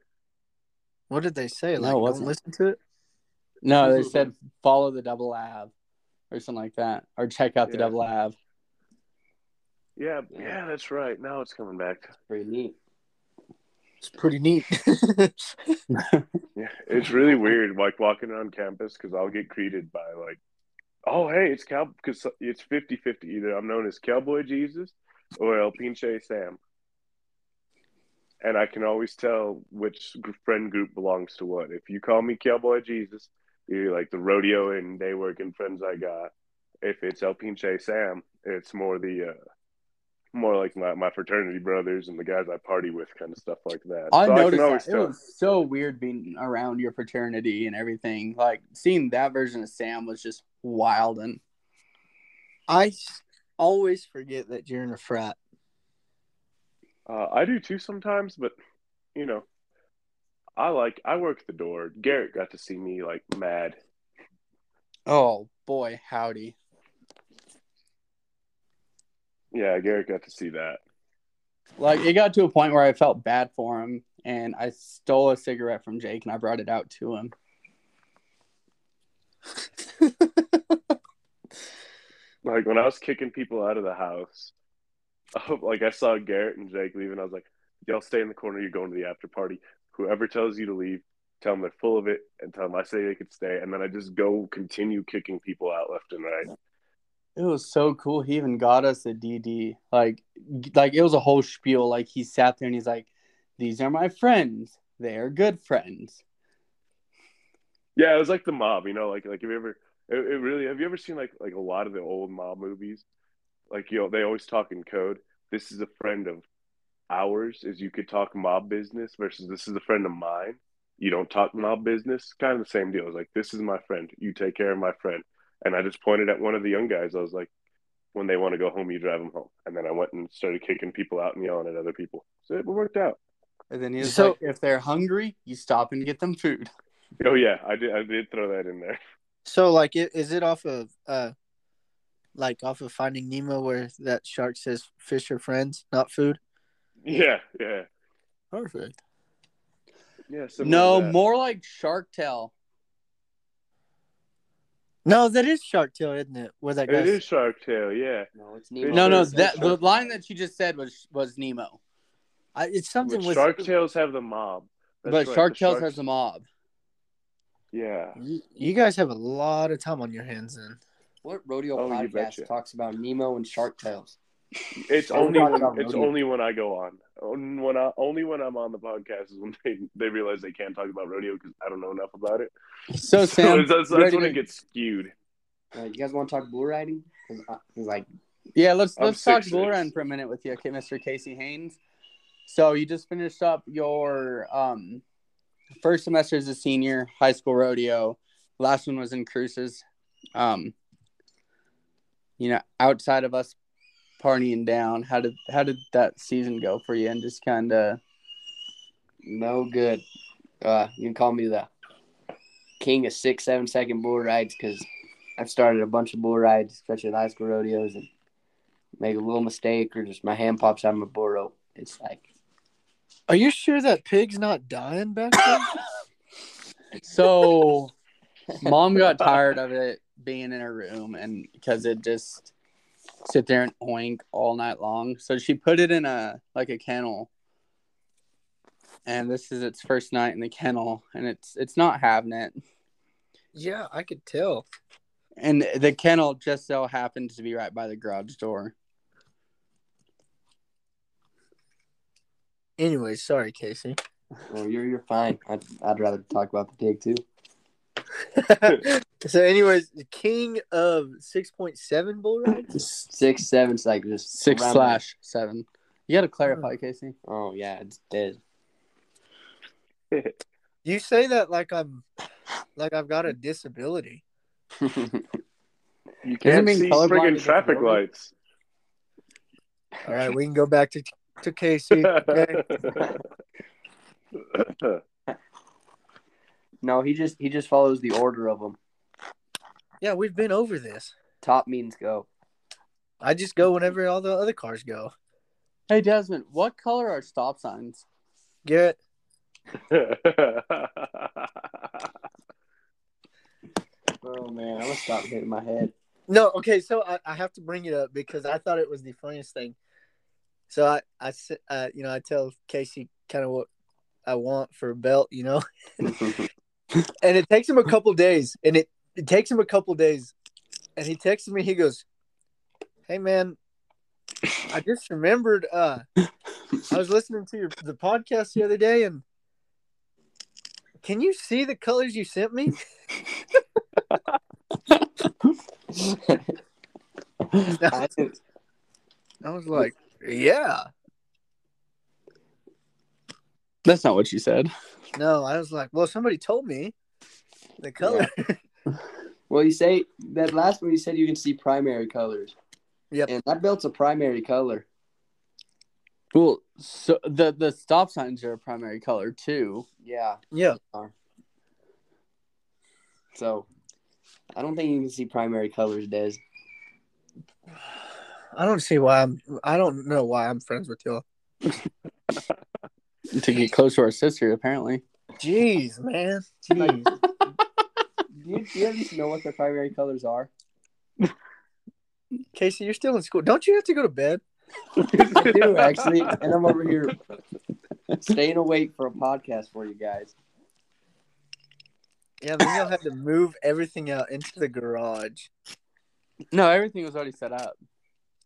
S3: What did they say?
S2: No,
S3: Like,
S2: it
S3: don't
S2: wasn't.
S3: listen to it.
S2: No, they said follow the double av or something like that, or check out the
S5: Yeah.
S2: double av.
S5: Yeah,
S4: Yeah.
S5: yeah, that's right. Now it's coming back.
S4: Pretty neat.
S3: It's pretty neat.
S5: Yeah, it's really weird, like walking around campus, because I'll get greeted by like, "Oh, hey, it's cow," because it's 50-50. Either I'm known as Cowboy Jesus or El Pinche Sam, and I can always tell which gr- friend group belongs to what. If you call me Cowboy Jesus, you're like the rodeo and day working friends I got. If it's El Pinche Sam, it's more the uh, more like my, my fraternity brothers and the guys I party with, kind of stuff like that.
S2: I
S5: So
S2: noticed
S5: can
S2: that.
S5: always
S2: it was so weird being around your fraternity and everything. Like seeing that version of Sam was just wild and
S3: I s- always forget that you're in a frat.
S5: Uh, I do too sometimes, but you know, I like I work the door. Garrett got to see me like mad.
S2: oh boy, howdy.
S5: Yeah, Garrett got to see that.
S2: Like it got to a point where I felt bad for him, and I stole a cigarette from Jake and I brought it out to him.
S5: Like when I was kicking people out of the house, oh, like I saw Garrett and Jake leaving. I was like, "Y'all stay in the corner. You're going to the after party. Whoever tells you to leave, tell them they're full of it, and tell them I say they could stay." And then I just go continue kicking people out left and right.
S2: It was so cool. He even got us a DD. Like, like it was a whole spiel. Like he sat there and he's like, "These are my friends. They are good friends."
S5: Yeah, it was like the mob, you know, like like have you ever it, it really have you ever seen like like a lot of the old mob movies? Like you know, they always talk in code. This is a friend of ours is you could talk mob business versus this is a friend of mine. You don't talk mob business. Kind of the same deal. It's like this is my friend. You take care of my friend. And I just pointed at one of the young guys. I was like, when they want to go home, you drive them home. And then I went and started kicking people out and yelling at other people. So it worked out.
S2: And then he was
S3: So-
S2: like, "If they're hungry, you stop and get them food."
S5: Oh yeah, I did. I did throw that in there.
S3: So, like, it, is it off of uh, like off of Finding Nemo, where that shark says fish are friends, not food.
S5: Yeah, yeah,
S3: Perfect.
S5: yeah. something
S2: No,
S5: like that.
S2: more like Shark Tale.
S3: No, that is Shark Tale, isn't it? Where that guy.
S5: It is Shark Tale. Yeah,
S4: No, it's Nemo.
S2: No, no,
S5: Shark
S2: that the line that you just said was was Nemo,
S3: I, it's something
S5: Which
S3: with
S5: Shark Tales have the mob. That's
S2: but
S5: right,
S2: Shark
S5: the
S2: Tales
S5: sharks-
S2: has a mob.
S5: Yeah,
S3: You, you guys have a lot of time on your hands, then.
S4: What rodeo
S5: Oh, you betcha.
S4: podcast talks about Nemo and Shark Tales?
S5: it's
S4: Don't
S5: only
S4: talk
S5: when,
S4: about
S5: it's
S4: rodeo.
S5: only when I go on. Only When I only when I'm on the podcast is when they, they realize they can't talk about rodeo because I don't know enough about it.
S2: So Sam,
S5: that's, that's
S2: ready
S5: when
S2: to-
S5: it gets skewed.
S4: Uh, you guys want to talk bull riding? 'Cause I- 'cause, like,
S2: yeah, let's
S5: I'm
S2: let's talk
S5: 6'6".
S2: bull run for a minute with you, okay, Mr. Casey Haynes. So you just finished up your um first semester as a senior, high school rodeo. Last one was in cruises. Um, you know, outside of us partying down, how did how did that season go for you? And just kind of
S4: no good. Uh, you can call me the king of six, seven second bull rides because I've started a bunch of bull rides, especially at high school rodeos, and make a little mistake or just my hand pops out of my bull rope. It's like,
S3: Are you sure that pig's not dying back there?
S2: So, mom got tired of it being in her room, and because it just sit there and oink all night long. So she put it in a like a kennel, and this is its first night in the kennel, and it's it's not having it.
S3: yeah, I could tell.
S2: And the kennel just so happened to be right by the garage door.
S3: Anyway, sorry, Casey.
S4: well, you're you're fine. I'd, I'd rather talk about the pig too.
S3: so, anyways, the king of 6.7 bull rides?
S4: Just six, seven, it's like just
S2: Six
S4: around my-
S2: slash seven. You got to clarify, Casey.
S4: Oh yeah, it's dead.
S3: You say that like I'm, like I've got a disability.
S5: You
S2: Doesn't
S5: can't
S2: mean
S5: see
S2: colorblind
S5: friggin'
S2: is
S5: traffic
S2: wrong.
S5: lights.
S3: All right, we can go back to to Casey. Okay.
S4: no, he just he just follows the order of them.
S3: Yeah, we've been over this.
S4: Top means go.
S3: I just go whenever all the other cars go.
S2: Hey Desmond, what color are stop signs?
S3: Garrett,
S4: Oh man, I'm gonna stop hitting my head.
S3: No, okay, so I, I have to bring it up because I thought it was the funniest thing. So I, I, s- uh, you know, I tell Casey kind of what I want for a belt, you know, and it takes him a couple days, and it, it takes him a couple days, and he texts me, he goes, "Hey man, I just remembered, uh, I was listening to your the podcast the other day, and can you see the colors you sent me?"
S4: I didn't-
S3: I was like, "Yeah."
S2: That's not what you said.
S3: No, I was like, well, somebody told me the color.
S4: well, you say that last one. You said you can see primary colors.
S3: Yep.
S4: And that belt's a primary color.
S2: Well, so the the stop signs are a primary color too.
S4: Yeah.
S3: Yeah.
S4: So, I don't think you can see primary colors, Des.
S3: I don't see why I'm. I don't know why I'm friends with y'all.
S2: to get close to our sister, apparently.
S3: Jeez, man. Jeez.
S4: Do you, do you at least know what their primary colors are?
S3: Casey, you're still in school. Don't you have to go to bed?
S4: I do actually, and I'm over here staying awake for a podcast for you guys.
S3: Yeah, then you'll have to move everything out into the garage.
S2: No, everything was already set up.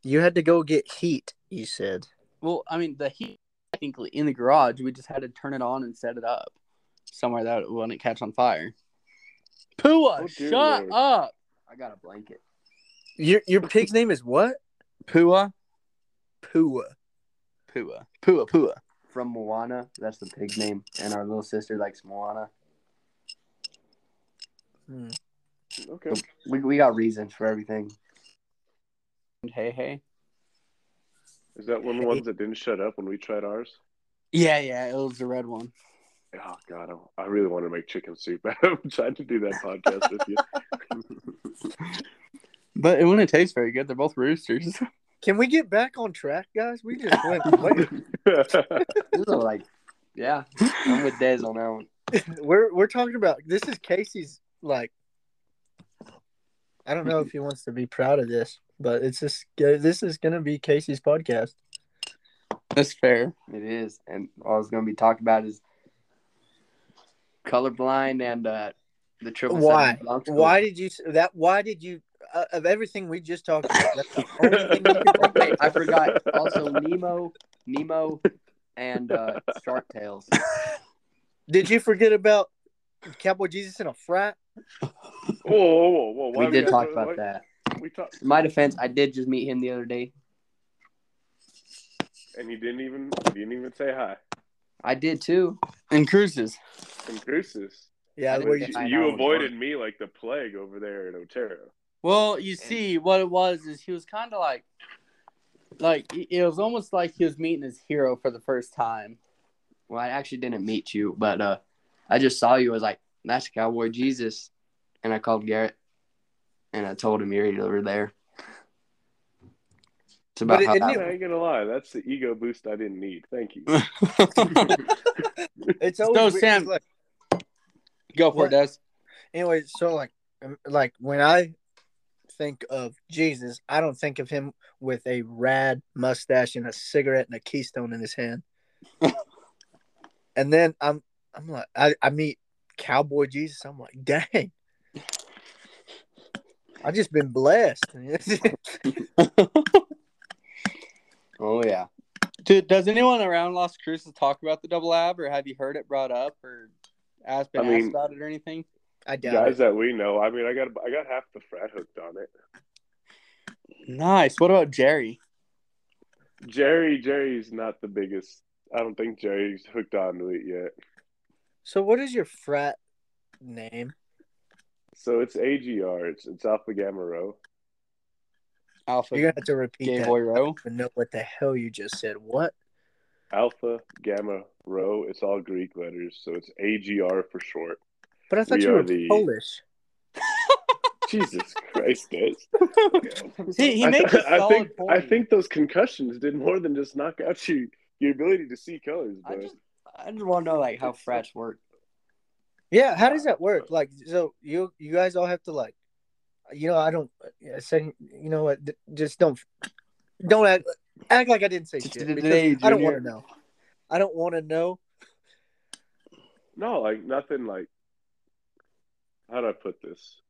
S3: You had to go get heat. You said.
S2: Well, I mean, the heat technically in the garage, we just had to turn it on and set it up somewhere that it wouldn't catch on fire. Pua,
S5: Oh, dear
S2: shut
S5: Lord.
S2: up.
S4: I got a blanket.
S3: Your your pig's name is what?
S2: Pua,
S3: Pua.
S2: Pua, Pua, Pua.
S4: from Moana. That's the pig's name, and our little sister likes Moana.
S3: Hmm.
S5: okay.
S4: We, we got reasons for everything.
S2: And Hey, hey.
S5: Is that one of the ones that didn't shut up when we tried ours?
S2: Yeah, yeah, it was the red one.
S5: Oh God, I I really want to make chicken soup. I'm trying to do that podcast with you.
S2: But it wouldn't taste very good. They're both roosters.
S3: Can we get back on track, guys? We just went. way-
S4: This is like, yeah, I'm with Dez on that one.
S3: we're we're talking about this is Casey's like. I don't know if he wants to be proud of this, but it's just this is gonna be Casey's podcast.
S2: That's fair.
S4: It is, and all it's going to be talked about is colorblind and uh, the triple.
S3: Why?
S4: seven obstacle.
S3: Why did you that? Why did you uh, of everything we just talked about? That's the only thing you could
S4: Oh, wait, I forgot. Also, Nemo, Nemo, and uh, Shark Tales.
S3: Did you forget about Cowboy Jesus in a frat?
S5: Whoa, whoa, whoa, whoa.
S4: We
S5: why
S4: did
S5: gotta
S4: talk
S5: throw-
S4: about
S5: why-
S4: that.
S5: We talked,
S4: In my defense, I did just meet him the other day.
S5: and he didn't even he didn't even say hi.
S4: I did too.
S2: And cruises.
S5: And Cruces,
S3: Yeah,
S4: I
S3: where
S4: didn't
S3: you,
S5: you,
S4: find
S5: you
S4: out
S5: avoided me like the plague over there at Otero.
S2: Well, you see, what it was is he was kind of like, like it- it was almost like he was meeting his hero for the first time.
S4: Well, I actually didn't meet you, but uh, I just saw you. I was like, "That's Cowboy Jesus," and I called Garrett, and I told him you're over there. It's about
S3: But it-
S4: how
S3: it
S4: that
S5: I ain't gonna lie, that's the ego boost I didn't need. Thank you.
S3: it's always weird, 'cause,
S2: Sam-
S3: like,
S2: Go for
S3: What?
S2: it, Des.
S3: anyway, so like, um, like when I think of Jesus, I don't think of him with a rad mustache and a cigarette and a keystone in his hand. and then I'm, I'm like, I, I meet Cowboy Jesus. I'm like, dang, I just been blessed.
S4: Oh yeah,
S2: Dude, does anyone around Las Cruces talk about the double ab, or have you heard it brought up, or asked been
S5: I mean-
S2: asked about it, or anything?
S3: I doubt
S5: Guys
S3: it.
S5: that we know, I mean, I got I got half the frat hooked on it.
S2: Nice. What about Jerry?
S5: Jerry, Jerry's not the biggest. I don't think Jerry's hooked on to it yet.
S3: So, what is your frat name?
S5: So it's AGR. It's it's Alpha Gamma Rho.
S2: Alpha
S3: You're gonna have to repeat
S2: Gay
S3: that.
S2: Boy Row.
S3: I don't know what the hell you just said. What?
S5: Alpha Gamma Rho. It's all Greek letters, so it's AGR for short.
S3: But I thought
S5: We
S3: you were
S5: are the-
S3: Polish.
S5: Jesus Christ, Des.
S2: He, he makes a
S5: I,
S2: solid
S5: think
S2: point.
S5: I think those concussions did more than just knock out you your ability to see colors,
S4: I
S5: bro.
S4: just I just want to know like how frats work.
S3: Yeah, how does that work? Like, so you you guys all have to like, you know, I don't I said, you know what? th- Just don't don't act act like I didn't say
S4: Just
S3: shit.
S4: did
S3: because
S4: today,
S3: I don't
S4: Junior.
S3: want to know. I don't want to know.
S5: No, like nothing. Like how do I put this?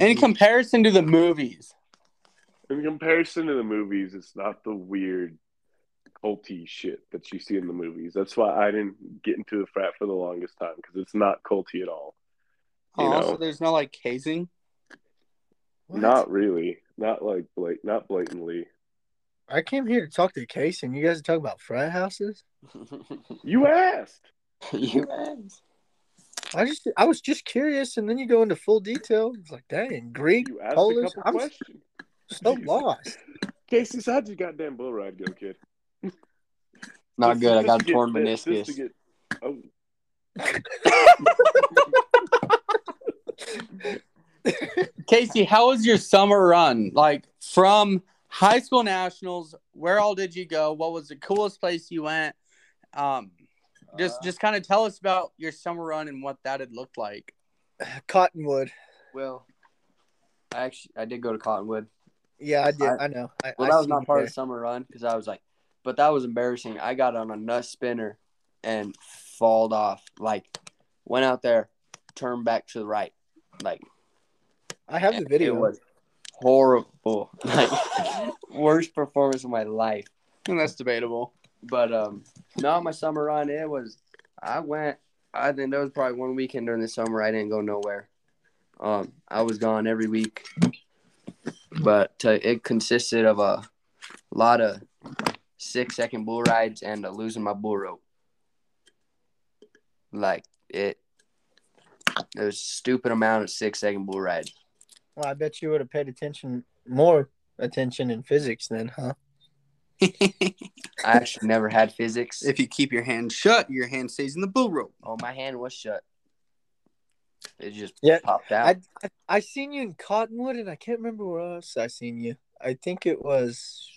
S2: In comparison to the movies,
S5: In comparison to the movies, it's not the weird culty shit that you see in the movies. That's why I didn't get into the frat for the longest time because it's not culty at all. You
S2: Oh, also
S5: know.
S2: there's no like casing.
S3: What?
S5: Not really. Not like blat- not blatantly.
S3: I came here to talk to Case, and you guys are talking about frat houses.
S5: You asked.
S4: you ass.
S3: I just I was just curious, and then you go into full detail. It's like, dang, Greek,
S5: You asked a
S3: Polish.
S5: couple
S3: I'm
S5: questions.
S3: so lost.
S5: Casey, so how'd your goddamn bull ride go, kid?
S4: Not
S5: Just-
S4: good. I
S5: just
S4: got
S5: to
S4: a
S5: get
S4: torn
S5: fit, just to
S4: meniscus.
S5: get- oh,
S2: Casey, how was your summer run? Like from high school nationals, where all did you go? What was the coolest place you went? Um, just
S4: Uh,
S2: just kind of tell us about your summer run and what that had looked like.
S3: Cottonwood.
S4: well, I actually I did go to Cottonwood.
S3: Yeah, I did.
S4: I-
S3: I, know. I,
S4: Well,
S3: I
S4: that was
S3: seen
S4: not
S3: you
S4: part
S3: there.
S4: of the summer run because I was like, but that was embarrassing. I got on a nut spinner and falled off. Like, went out there, turned back to the right. Like,
S3: I have the
S4: it-
S3: video.
S4: It was horrible. Like, worst performance of my life.
S2: And that's debatable.
S4: But um, no, my summer run it was. I went. I think there was probably one weekend during the summer I didn't go nowhere. Um, I was gone every week, but uh it consisted of a lot of six second bull rides and uh, losing my bull rope. Like it, it was stupid amount of six second bull rides.
S3: Well, I bet you would have paid attention more attention in physics then, huh?
S4: I actually never had physics.
S2: If you keep your hand shut, your hand stays in the bull rope.
S4: Oh, my hand was shut.
S2: It just
S3: Yeah,
S2: popped out.
S3: I, I I seen you in Cottonwood, and I can't remember where else I seen you. I think it was.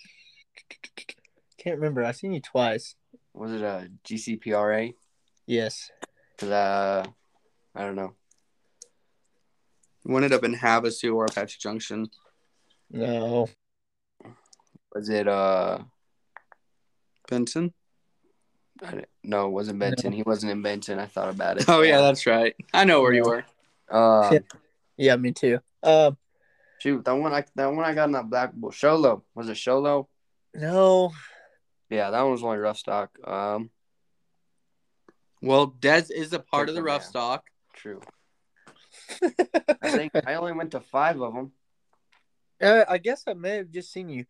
S3: Can't remember. I seen you twice.
S4: Was it a GCPRA?
S3: Yes.
S4: Cause uh, I don't know. One ended up in Havasu or Apache Junction.
S3: No.
S4: Was it uh, Benton? I didn't, no, it wasn't Benton. He wasn't in Benton. I thought about it.
S2: oh yeah, that's right. I know where you were.
S4: Uh,
S3: Yeah. Yeah, me too. Um,
S4: shoot, that one I that one I got in that black bull. Sholo was it Sholo?
S3: no.
S4: Yeah, that one was only rough stock. Um,
S2: Well, Dez is a part of the rough
S4: Different man.
S2: stock.
S4: true. I think I only went to five of them.
S3: Uh, I guess I may have just seen you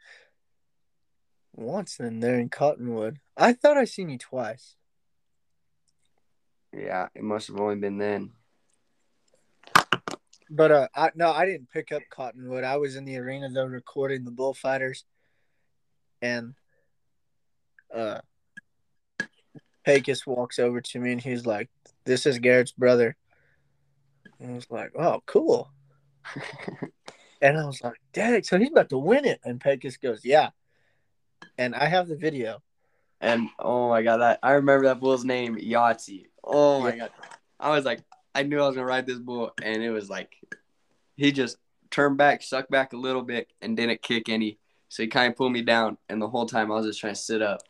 S3: once then there in Cottonwood. I thought I seen you twice.
S4: Yeah, it must have only been then.
S3: But uh I no, I didn't pick up Cottonwood. I was in the arena though recording the bullfighters and uh Pecos walks over to me and he's like, This is Garrett's brother. And I was like, Oh, cool. and I was like, Dang, so he's about to win it. And Pecos goes, Yeah. And I have the video.
S4: And oh my god, that I remember that bull's name, Yahtzee. Oh my
S3: Yeah.
S4: god. I was like, I knew I was gonna ride this bull, and it was like he just turned back, sucked back a little bit, and didn't kick any. So he kinda pulled me down and the whole time I was just trying to sit up.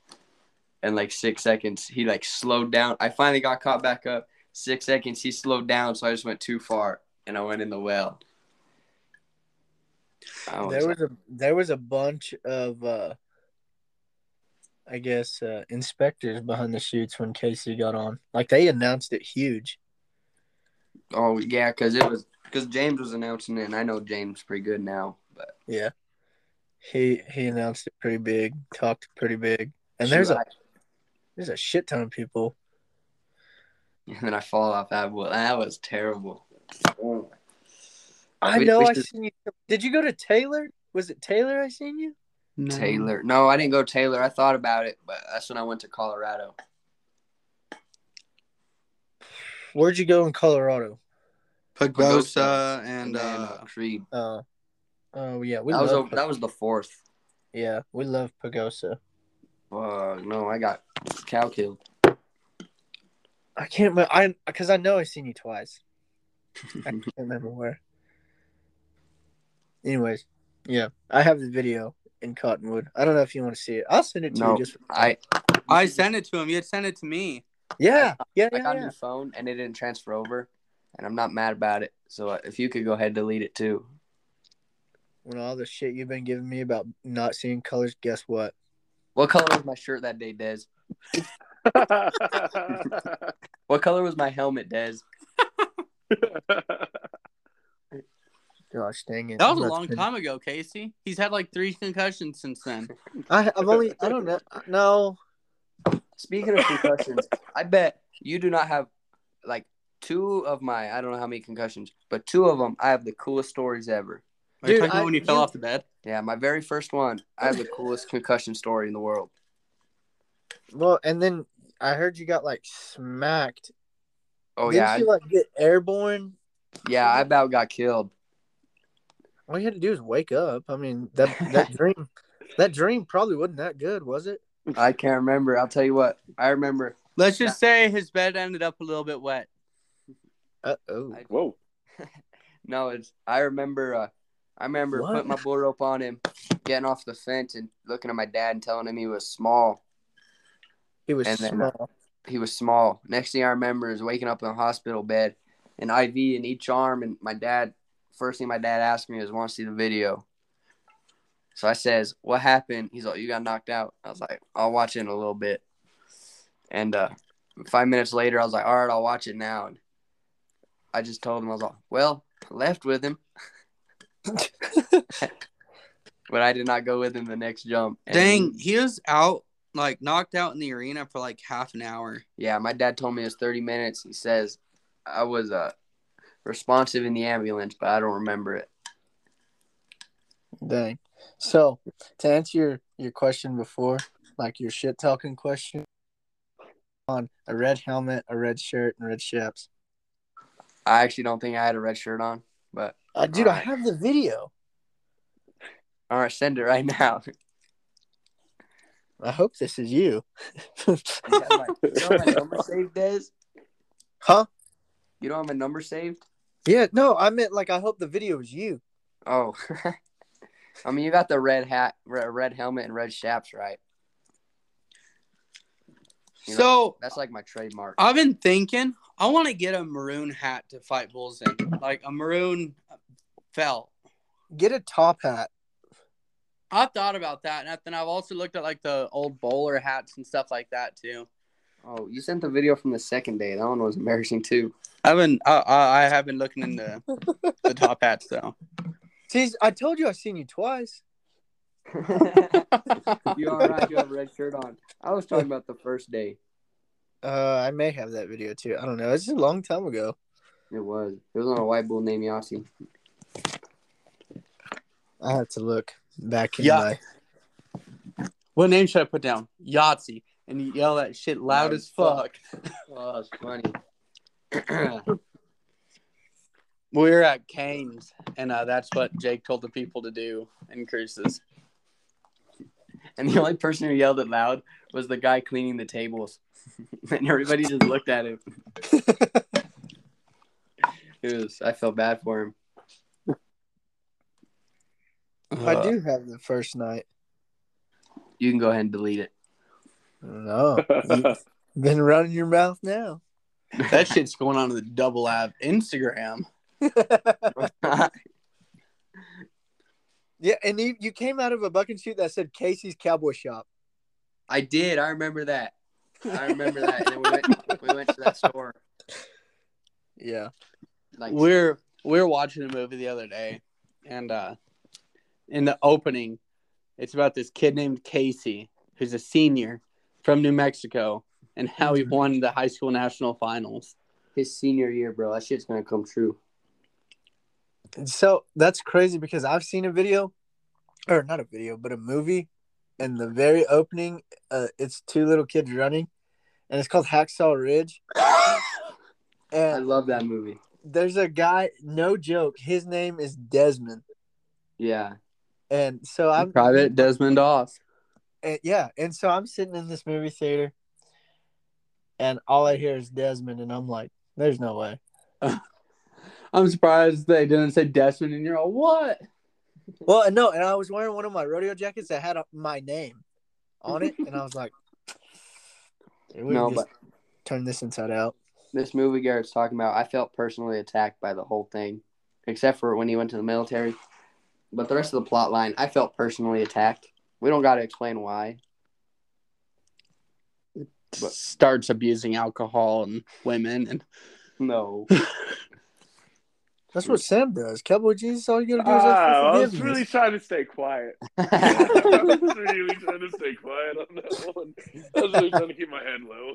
S4: And like six seconds, he like slowed down. I finally got caught back up. Six seconds, he slowed down, so I just went too far and I went in the well. I was
S3: there
S4: like,
S3: was a there was a bunch of uh I guess uh inspectors behind the shoots when Casey got on. Like they announced it huge.
S4: oh yeah, because it was because James was announcing it, and I know James pretty good now, but
S3: Yeah. He he announced it pretty big, talked pretty big. And there's
S4: shoot,
S3: a there's a shit ton of people.
S4: and then I fall off that bull. That was terrible.
S3: I
S4: We-
S3: know
S4: we
S3: I
S4: should-
S3: seen you did you go to Taylor? Was it Taylor I seen you?
S4: Taylor. No, I didn't go Taylor. I thought about it, but that's when I went to Colorado.
S3: Where'd you go in Colorado?
S4: Pagosa
S6: Pagosa and uh,
S4: Creed.
S3: Uh oh yeah, we
S4: That was
S3: love
S4: a, that was the fourth.
S3: Pag- yeah, we love Pagosa.
S4: Fuck no, I got cow killed.
S3: I can't remember I because I know I seen you twice. I can't remember where. Anyways, yeah, I have the video in Cottonwood. I don't know if you want to see it. I'll send it to
S4: No,
S3: you. Just
S4: I
S2: I sent it to him. You had sent it to me.
S3: yeah, yeah,
S4: I
S3: yeah,
S4: got a
S3: yeah.
S4: new phone and it didn't transfer over, and I'm not mad about it. So uh, if you could go ahead and delete it too.
S3: When all the shit you've been giving me about not seeing colors, guess what?
S4: What color was my shirt that day, Des? What color was my helmet, Des?
S3: Gosh dang it!
S2: That was
S3: I'm
S2: a
S3: about
S2: long
S3: to-
S2: time ago, Casey. He's had like three concussions since then.
S3: I, I've only I don't know. No,
S4: Speaking of concussions, I bet you do not have like two of my I don't know how many concussions, but two of them I have the coolest stories ever.
S2: Are you
S3: Dude,
S2: talking about
S3: I-
S2: when you fell
S3: you-
S2: off the bed?
S4: Yeah, my very first one, I have the coolest concussion story in the world.
S3: well, and then I heard you got like smacked.
S4: Oh
S3: Didn't
S4: yeah, I,
S3: you like get airborne?
S4: yeah, I about got killed.
S3: All you had to do is wake up. I mean that that dream, that dream probably wasn't that good, was it?
S4: I can't remember. I'll tell you what. I remember.
S2: Let's just say his bed ended up a little bit wet.
S3: Uh oh.
S4: I-
S5: Whoa.
S4: No, it's I remember. Uh, I remember
S3: What?
S4: putting my bull rope on him, getting off the fence, and looking at my dad and telling him he was small.
S3: He was
S4: And then,
S3: small.
S4: uh, he was small. Next thing I remember is waking up in a hospital bed, an IV in each arm, and my dad. First thing my dad asked me was, "Want to see the video?" So I says, "What happened?" He's like, "You got knocked out." I was like, "I'll watch it in a little bit." And uh, five minutes later, I was like, "All right, I'll watch it now." And I just told him I was like, "Well, I left with him," but I did not go with him the next jump. And-
S6: Dang, he was out, like knocked out in the arena for like half an hour.
S4: Yeah, my dad told me it was 30 minutes. He says I was uh, responsive in the ambulance, but I don't remember it.
S3: Dang. So to answer your, your question before, like your shit talking question on a red helmet, a red shirt, and red chaps.
S4: I actually don't think I had a red shirt on, but
S3: Uh, dude, I have the video.
S4: all right, send it right now.
S3: I hope this is you.
S4: You got my- you know my number saved, Dez?
S3: huh?
S4: You don't have my number saved?
S3: Yeah, no, I meant like I hope the video is you.
S4: Oh, I mean, you got the red hat, re- red helmet, and red chaps, right? You know,
S2: So uh,
S4: that's like my trademark.
S2: I've been thinking I want to get a maroon hat to fight bulls in, like a maroon felt.
S3: Get a top hat.
S2: I've thought about that, and then I've also looked at like the old bowler hats and stuff like that too.
S4: oh, you sent the video from the second day. That one was embarrassing too.
S2: I've been I, I I have been looking into the top hats though.
S3: See, I told you I seen you twice.
S4: you all right? You have a red shirt on. I was talking about the first day.
S3: Uh, I may have that video too. I don't know. It's a long time ago.
S4: It was. It was on a white bull named Yossi.
S3: I have to look back in
S2: Yeah.
S3: my.
S2: What name should I put down? Yahtzee, and you yell that shit loud as fuck.
S4: Oh, that's funny.
S2: We were at Kane's, and uh, that's what Jake told the people to do in cruises.
S4: and the only person who yelled it loud was the guy cleaning the tables, and everybody just looked at him. it was. I felt bad for him.
S3: I
S4: Uh.
S3: do have the first night.
S4: You can go ahead and delete it.
S5: Ah,
S3: No, you've been running your mouth now.
S2: that shit's going on to the double app Instagram.
S3: Yeah, and you, you came out of a buck and shoot that said Casey's Cowboy Shop.
S4: I did. I remember that. I remember that. And then we went. We went to that store.
S3: Yeah.
S4: Like
S2: we're we're watching a movie the other day and uh in the opening it's about this kid named casey who's a senior from new mexico and how he won the high school national finals
S4: his senior year, bro. That shit's gonna come true.
S3: And so that's crazy because I've seen a video, or not a video, but a movie, and the very opening, uh, it's two little kids running, and it's called Hacksaw Ridge.
S4: I
S3: And
S4: love that movie.
S3: there's a guy, no joke, his name is Desmond.
S4: Yeah.
S3: And so I'm
S2: private desmond off
S3: and yeah, and so I'm sitting in this movie theater, and all I hear is Desmond, and I'm like, "There's no way."
S2: i'm surprised they didn't say desmond and you're all what
S3: Well, and no, and I was wearing one of my rodeo jackets that had uh, my name on it, and I was like, "We can
S4: No,
S3: just
S4: but
S3: turn this inside out."
S4: this movie Garrett's talking about, I felt personally attacked by the whole thing, except for when he went to the military. But the rest of the plot line, I felt personally attacked. We don't got to explain why. But-
S2: starts abusing alcohol and women and
S4: No.
S3: That's what Sam does. Cowboy Jesus, all you gotta do is ask
S5: Ah, I
S3: for
S5: was really
S3: forgiveness.
S5: trying to stay quiet. I was really trying to stay quiet on that one. I was really trying to keep my head low.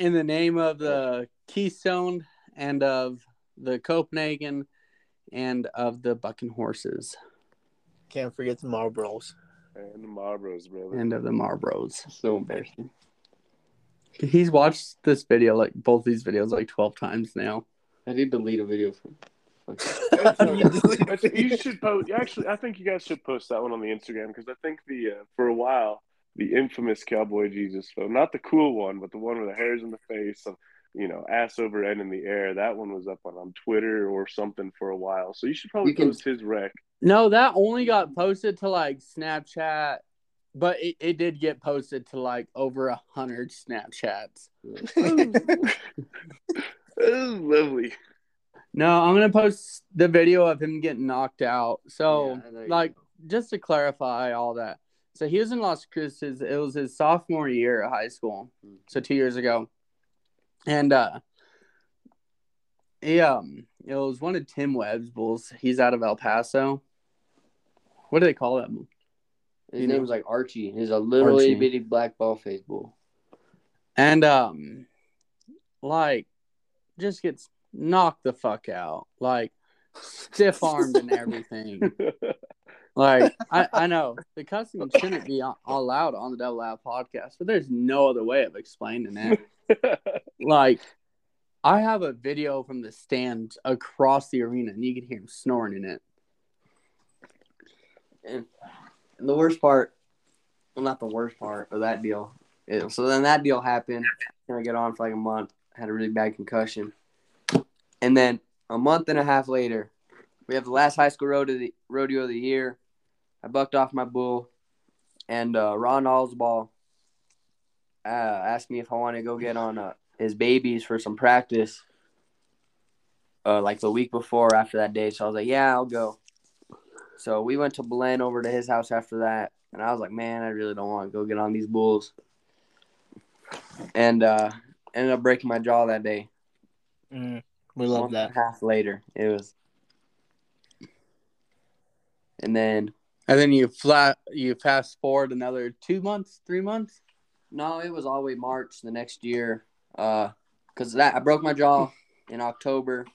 S2: in the name of the keystone and of the copenhagen and of the bucking horses
S3: Can't forget the Marlboros.
S5: And the Marlboros, brother.
S2: and of the marlboros
S4: so embarrassing.
S2: He's watched this video like both these videos like twelve times now.
S4: I did delete a video from. fuck.
S5: That's- you should post. Actually, I think you guys should post that one on the Instagram because I think the uh, for a while the infamous cowboy Jesus photo, not the cool one, but the one with the hairs in the face of you know ass over end in the air. That one was up on, on Twitter or something for a while. So you should probably
S4: You can-
S5: post his wreck.
S2: No, that only got posted to like Snapchat, but it, it did get posted to like over a hundred Snapchats.
S5: That is lovely.
S2: No, I'm gonna post the video of him getting knocked out. So
S4: Yeah, there you
S2: like
S4: go.
S2: just to clarify all that. So he was in Las Cruces. It was his sophomore year at high school. So two years ago. And uh he um it was one of Tim Webb's bulls. He's out of El Paso. What do they call that? bull?
S4: his
S2: you
S4: name
S2: know.
S4: was like Archie. He's a little itty
S2: Archie.
S4: bitty black ball face bull.
S2: And um like just gets knocked the fuck out. Like stiff armed and everything. Like I, I know the cussing shouldn't be a- allowed on the Double Out podcast, but there's no other way of explaining it. Like I have a video from the stand across the arena, and you can hear him snoring in it.
S4: And, and the worst part, well, not the worst part of that deal. It, so then that deal happened. Gonna get on for like a month. Had a really bad concussion, and then a month and a half later, we have the last high school road of the, rodeo of the year. I bucked off my bull, and uh, Ron Osball uh, asked me if I wanted to go get on uh, his babies for some practice, uh, like the week before after that day. So I was like, yeah, I'll go. So we went to Belen over to his house after that, and I was like, man, I really don't want to go get on these bulls. And uh, ended up breaking my jaw that day.
S3: Mm, we love
S4: Month
S3: that.
S4: and a half later, it was. And then
S2: And then you flat, you fast forward another two months, three months.
S4: No, it was all the way March the next year. Uh, cause that I broke my jaw in October.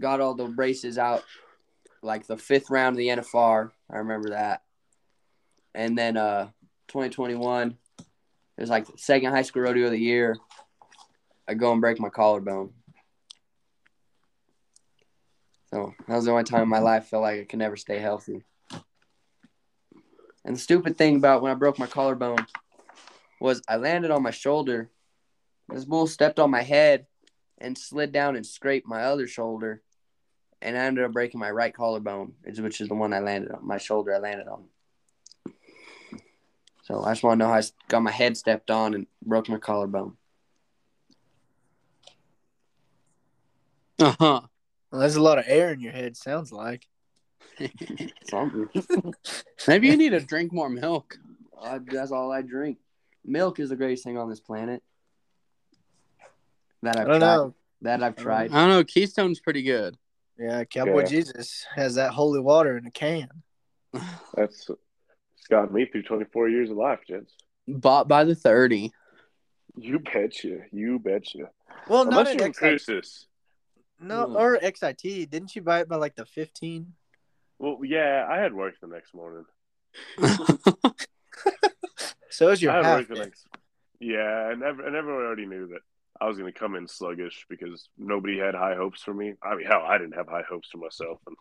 S4: Got all the braces out, like the fifth round of the NFR. I remember that. And then uh, 2021, it was like the second high school rodeo of the year. I go and break my collarbone. So that was the only time in my life I felt like I could never stay healthy. And the stupid thing about when I broke my collarbone was I landed on my shoulder. This bull stepped on my head and slid down and scraped my other shoulder. And I ended up breaking my right collarbone, is- which is the one I landed on, my shoulder I landed on. So I just want to know how I s- got my head stepped on and broke my collarbone.
S2: Uh huh.
S3: Well, there's a lot of air in your head. Sounds like.
S4: Something.
S2: Maybe you need to drink more milk.
S4: I, that's all I drink. Milk is the greatest thing on this planet. That
S3: I
S4: I've
S3: don't
S4: tried.
S3: know.
S4: That I've
S2: I
S4: tried.
S2: don't know. Keystone's pretty good.
S3: Yeah, Cowboy
S5: Yeah.
S3: Jesus has that holy water in a can.
S5: That's it's got me through 24 years of life, gents.
S2: Bought by the thirty.
S5: You betcha. You betcha.
S3: Well, not
S5: Unless
S3: an
S5: you're in
S3: XIT.
S5: Crucis.
S3: No,
S4: Mm.
S3: or XIT. Didn't you buy it by like the 15?
S5: Well, yeah, I had work the next morning.
S3: So is your
S5: I had
S3: half.
S5: work the next. Yeah, and ev- and everyone already knew that I was going to come in sluggish because nobody had high hopes for me. I mean, hell, I didn't have high hopes for myself, and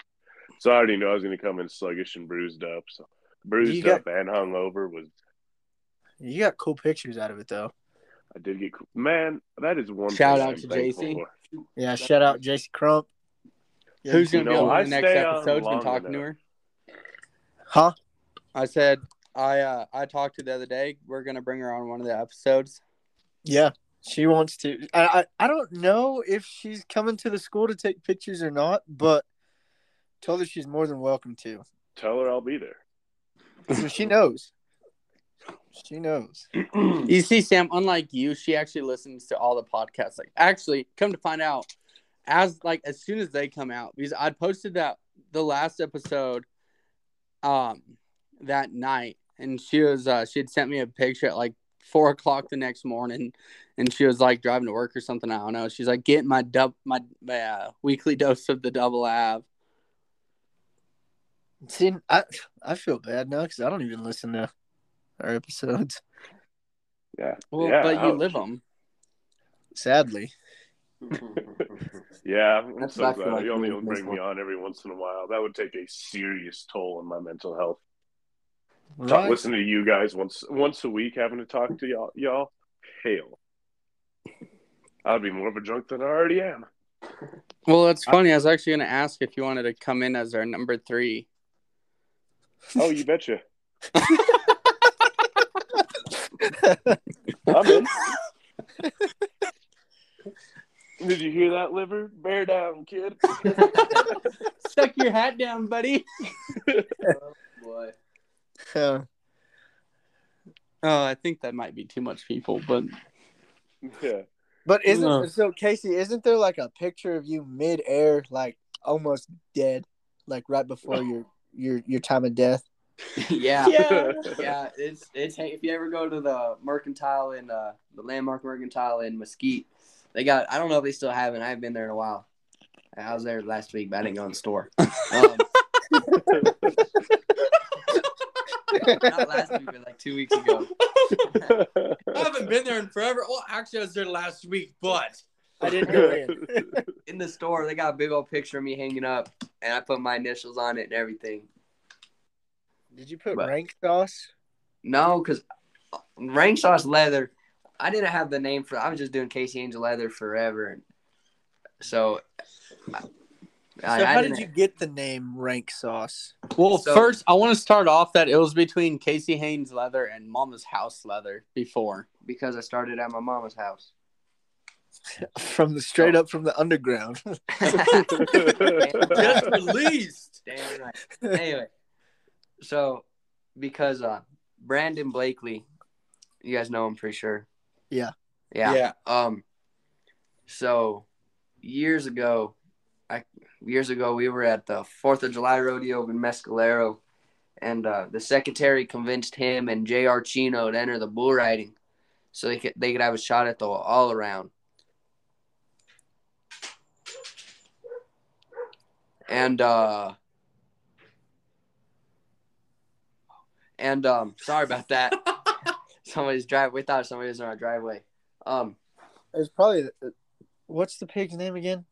S5: so I already knew I was going to come in sluggish and bruised up. So bruised
S3: got-
S5: up and hungover was.
S3: You got cool pictures out of it though.
S5: I did get man. That is one
S2: Shout
S5: thing
S2: out
S5: I'm
S2: to
S5: thankful
S2: JC.
S5: for.
S3: Yeah, shout out JC Crump.
S2: Who's gonna be
S5: No,
S2: on
S5: I
S2: the next
S5: stay on
S2: episode? Gonna
S5: long
S2: talk to
S5: enough.
S2: her.
S3: Huh?
S2: I said I uh, I talked to the other day. We're gonna bring her on one of the episodes.
S3: Yeah, she wants to. I, I I don't know if she's coming to the school to take pictures or not, but told her she's more than welcome to.
S5: Tell her I'll be there.
S3: So she knows. She knows.
S2: You see, Sam, unlike you, she actually listens to all the podcasts. Like, actually, come to find out, as like as soon as they come out, because I posted that the last episode, um, that night, and she was uh, she had sent me a picture at like four o'clock the next morning, and she was like driving to work or something. I don't know. She's like getting my dub my, my uh, weekly dose of the double ab.
S3: See, I I feel bad now because I don't even listen to our episodes.
S5: Yeah.
S2: Well,
S5: yeah, oh.
S2: but you
S5: ouch.
S2: live them.
S3: Sadly,
S5: Yeah, I'm
S4: That's
S5: so
S4: what I feel
S5: glad
S4: like
S5: you only
S4: doing this
S5: bring me
S4: one.
S5: on every once in a while. That would take a serious toll on my mental health. Talk,
S3: right?
S5: listening to you guys once once a week, having to talk to y'all, y'all, hell, I'd be more of a drunk than I already am.
S2: Well, that's funny. I was actually going to ask if you wanted to come in as our number three.
S5: Oh, you betcha. I'm in. Did you hear that, liver? Bear down, kid.
S2: Stuck your hat down, buddy.
S4: Boy.
S3: Uh,
S2: Oh, I think that might be too much people, but
S5: Yeah.
S3: but isn't
S2: No.
S3: so Casey? Isn't there like a picture of you mid air, like almost dead, like right before your your your time of death?
S4: yeah.
S2: Yeah.
S4: yeah, it's it's hey, if you ever go to the mercantile in uh, the landmark mercantile in Mesquite, they got I don't know if they still have it. I haven't been there in a while. I was there last week, but I didn't go in the store. Um, not last week, but like two weeks ago.
S2: I haven't been there in forever. Well, actually, I was there last week, but
S3: I didn't go in.
S4: in the store, they got a big old picture of me hanging up, and I put my initials on it and everything.
S3: Did you put
S4: But-
S3: rank sauce?
S4: No, because Rank Sauce Leather, I didn't have the name for. I was just doing Casey Angel Leather forever, and so. I,
S3: so
S4: I
S3: how
S4: didn't-
S3: did you get the name rank sauce?
S2: Well,
S4: So-
S2: first I want to start off that it was between Casey Haynes leather and Mama's house leather before.
S4: Because I started at my mama's house.
S3: From the straight up from the underground.
S4: Just
S2: released.
S4: Damn right. Anyway, so because uh, Brandon Blakely, you guys know him, pretty sure.
S3: Yeah.
S4: Yeah. Um. So years ago, I years ago we were at the Fourth of July rodeo in Mescalero, and uh, the secretary convinced him and J.R. Chino to enter the bull riding, so they could they could have a shot at the all around. And uh, and um, sorry about that. Somebody's driveway. We thought somebody was in our driveway. Um,
S3: It's probably uh, what's the pig's name again?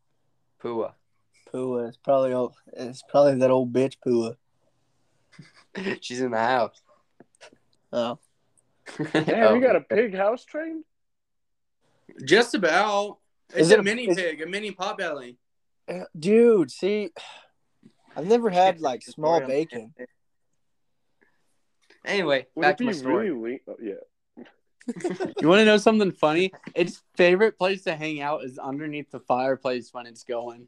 S4: Pua.
S3: Pua. It's probably old, it's probably that old bitch Pua.
S4: She's in the house.
S3: Oh.
S4: Oh.
S5: Damn, you got a pig house train?
S2: Just about. It's
S3: Is
S2: a
S3: it a-
S2: mini
S3: is-
S2: pig, a mini potbelly.
S3: Uh, Dude, see I've never had like small bacon.
S4: Anyway,
S5: Would
S4: back
S5: it
S4: to
S5: be
S4: my story.
S5: really lean? Oh, yeah.
S2: You want to know something funny? Its favorite place to hang out is underneath the fireplace when it's going.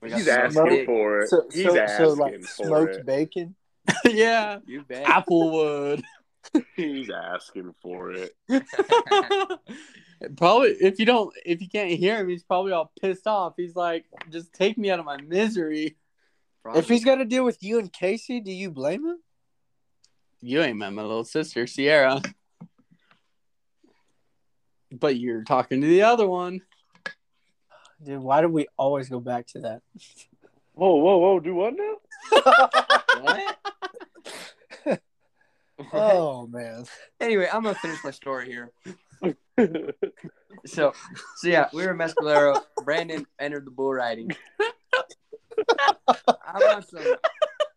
S4: We got
S5: He's
S4: some
S5: asking
S4: big-
S5: for it.
S3: So,
S5: He's
S3: so,
S5: asking
S3: so like
S5: for
S3: smoked
S5: it.
S3: bacon.
S2: yeah,
S4: You bet.
S2: Applewood.
S5: He's asking for it.
S2: probably if you don't if you can't hear him, he's probably all pissed off. He's like, just take me out of my misery.
S4: Probably.
S3: If he's got to deal with you and Casey, do you blame him?
S2: You ain't met my little sister, Sierra. But you're talking to the other one.
S3: Dude, why do we always go back to that?
S5: Whoa, whoa, whoa! Do what now?
S4: What?
S3: Oh man.
S4: anyway, I'm gonna finish my story here. So, so yeah, we were in Mescalero. Brandon entered the bull riding. I want some.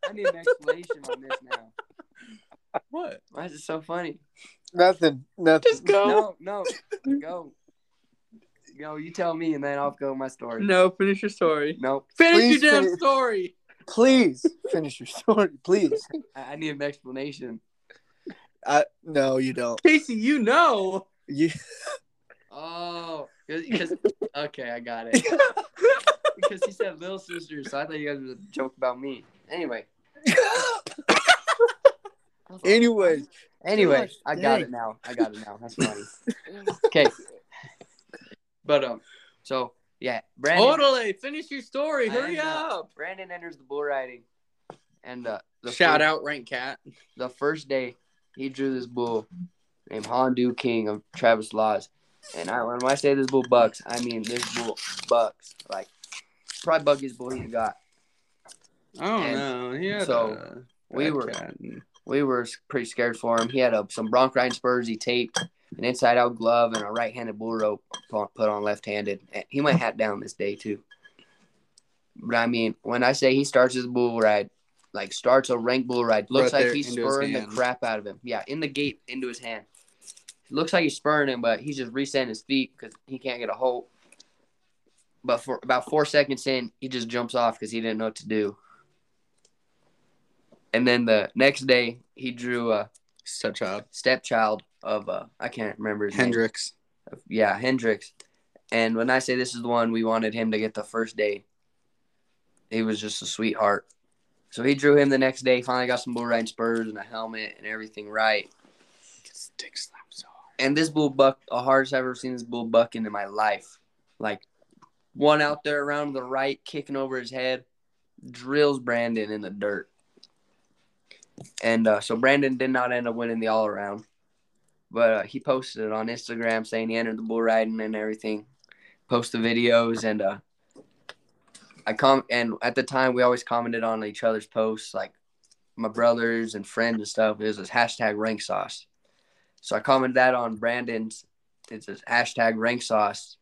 S4: I need an explanation on this now.
S2: What?
S4: Why is it so funny?
S3: Nothing. Nothing.
S2: Just go.
S4: No, no, go, go. You tell me, and then I'll go with my story.
S2: No, finish your story.
S4: Nope.
S2: Finish
S3: Please
S2: your damn
S3: finish.
S2: story.
S3: Please finish your story, please.
S4: I I need an explanation.
S3: I no, you don't.
S2: Casey, you know.
S3: You
S4: Oh, because okay, I got it. because he said little sister, so I thought you guys was a joke about me. Anyway.
S3: anyways.
S4: Anyway,
S3: Gosh,
S4: I got it
S3: dang.
S4: now. I got it now. That's funny. okay. But um, so yeah, Brandon.
S2: Totally. Finish your story.
S4: I
S2: Hurry
S4: am not.
S2: up.
S4: Brandon enters the bull riding, and uh, the
S2: Shout
S4: first-
S2: out Rank Cat.
S4: the first day he drew this bull named Hondu King of Travis Laws. And I when I say this bull bucks, I mean this bull bucks. Like probably buggiest bull he got.
S2: I don't
S4: And
S2: know. Oh, He had
S4: so,
S2: a
S4: we
S2: red
S4: were-
S2: cat and-
S4: We were pretty scared for him. He had a, some bronc riding spurs he taped, an inside out glove, and a right handed bull rope pu- put on left handed. He went hat down this day too. But I mean, when I say he starts his bull ride, like starts a rank bull ride, looks
S2: Right
S4: like
S2: there
S4: he's
S2: into his
S4: spurring the
S2: hand.
S4: crap out of him. Yeah, in the gate into his hand. looks like he's spurring him, but he's just resetting his feet because he can't get a hold. But for about four seconds in, he just jumps off because he didn't know what to do. And then the next day, he drew a
S2: such a
S4: stepchild of uh, I can't remember his name.
S2: Hendrix.
S4: Yeah, Hendrix. And when I say this is the one we wanted him to get the first day, he was just a sweetheart. So he drew him the next day. Finally got some bull riding spurs and a helmet and everything right.
S2: Dick slap so hard.
S4: And this bull buck, the hardest I've ever seen this bull bucking in my life. Like one out there around the right, kicking over his head, drills Brandon in the dirt. And uh, so Brandon did not end up winning the all around, but uh, he posted it on Instagram saying he entered the bull riding and everything. Post the videos and uh, I com and at the time we always commented on each other's posts like my brothers and friends and stuff. It was this hashtag rank sauce. So I commented that on Brandon's. It says hashtag rank sauce.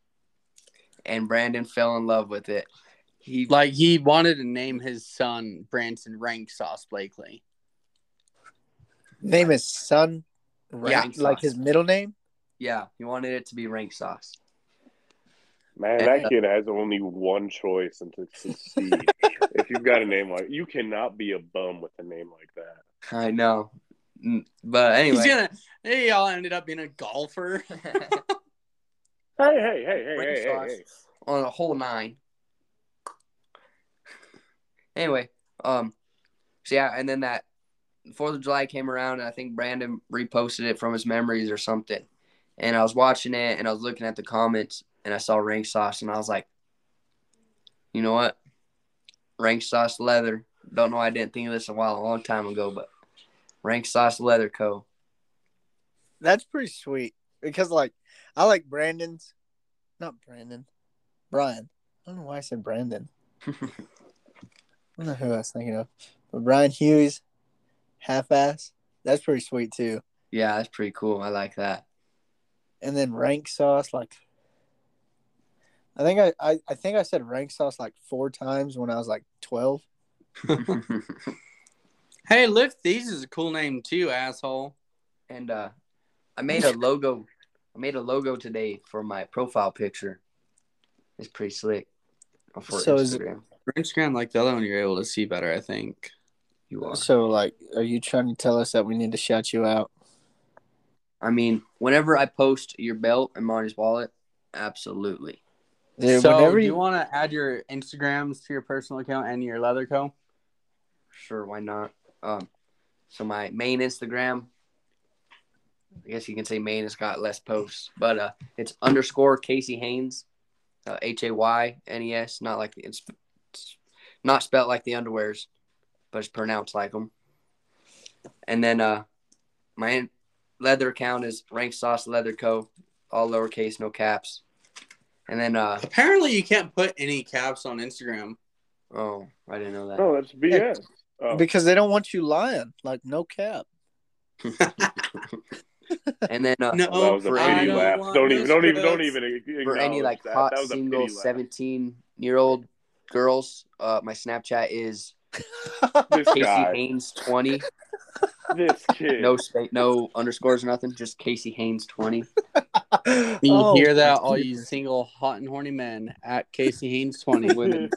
S4: and Brandon fell in love with it. He
S6: Like he wanted to name his son Branson Rank Sauce Blakely.
S3: Name his son. Rank,
S4: Yeah.
S3: like his middle name.
S4: yeah, he wanted it to be rank sauce.
S5: Man, that kid has only one choice and to succeed. if you've got a name like you cannot be a bum with a name like that.
S4: I know. Mm, But anyway,
S6: He's gonna he all ended up being a golfer.
S5: Hey, hey, hey, hey,
S4: rank
S5: hey, hey,
S4: sauce
S5: hey.
S4: on a whole nine. Anyway, um, so yeah, and then that Fourth of July came around, and I think Brandon reposted it from his memories or something. And I was watching it, and I was looking at the comments, and I saw rank sauce, and I was like, you know what, rank sauce leather. Don't know, why I didn't think of this a while, a long time ago, but rank sauce leather co.
S3: That's pretty sweet because like I like Brandon's, not Brandon, Brian. I don't know why I said Brandon. I don't know who I was thinking of, but Brian Hughes, half ass. That's pretty sweet too.
S4: Yeah, that's pretty cool. I like that.
S3: And then rank sauce, like I think I, I I think I said rank sauce like four times when I was like twelve.
S6: hey, Lift These is a cool name too, asshole.
S4: and uh, I made a logo. I made a logo today for my profile picture. It's pretty slick. Or For
S3: So is-
S4: Instagram,
S6: For Instagram like the other one you're able to see better, I think.
S4: you are.
S3: So like, are you trying to tell us that we need to shout you out?
S4: I mean, whenever I post your belt and Marty's wallet, absolutely.
S3: Dude,
S6: so
S3: whenever
S6: do
S3: you
S6: you want to add your Instagrams to your personal account and your leather co?
S4: Sure, why not? Um, so my main Instagram, I guess you can say main. It's got less posts, but uh, it's underscore Casey Haynes, uh, H A Y N E S. Not like it's, it's not spelled like the underwears, but it's pronounced like them. And then uh, my in- leather account is Rank Sauce Leather Co. All lowercase, no caps. And then uh,
S6: Apparently, you can't put any caps on Instagram.
S4: oh, I didn't know that.
S5: No, that's BS. Oh,
S3: because they don't want you lying, like no cap.
S4: And then uh,
S6: No,
S5: that was a
S6: I
S5: pity
S6: don't
S5: laugh.
S6: want
S5: Don't even,
S6: those
S5: don't even, don't
S6: credits.
S5: even. acknowledge
S4: for any like
S5: that.
S4: hot
S5: That was a pity
S4: single
S5: laugh.
S4: 17 year old girls uh my snapchat is
S5: This
S4: casey
S5: guy,
S4: haynes 20
S5: this kid.
S4: no space no underscores nothing just casey haynes 20
S6: You
S3: Oh,
S6: hear that, all you single, hot and horny men at Casey Haynes 20 women.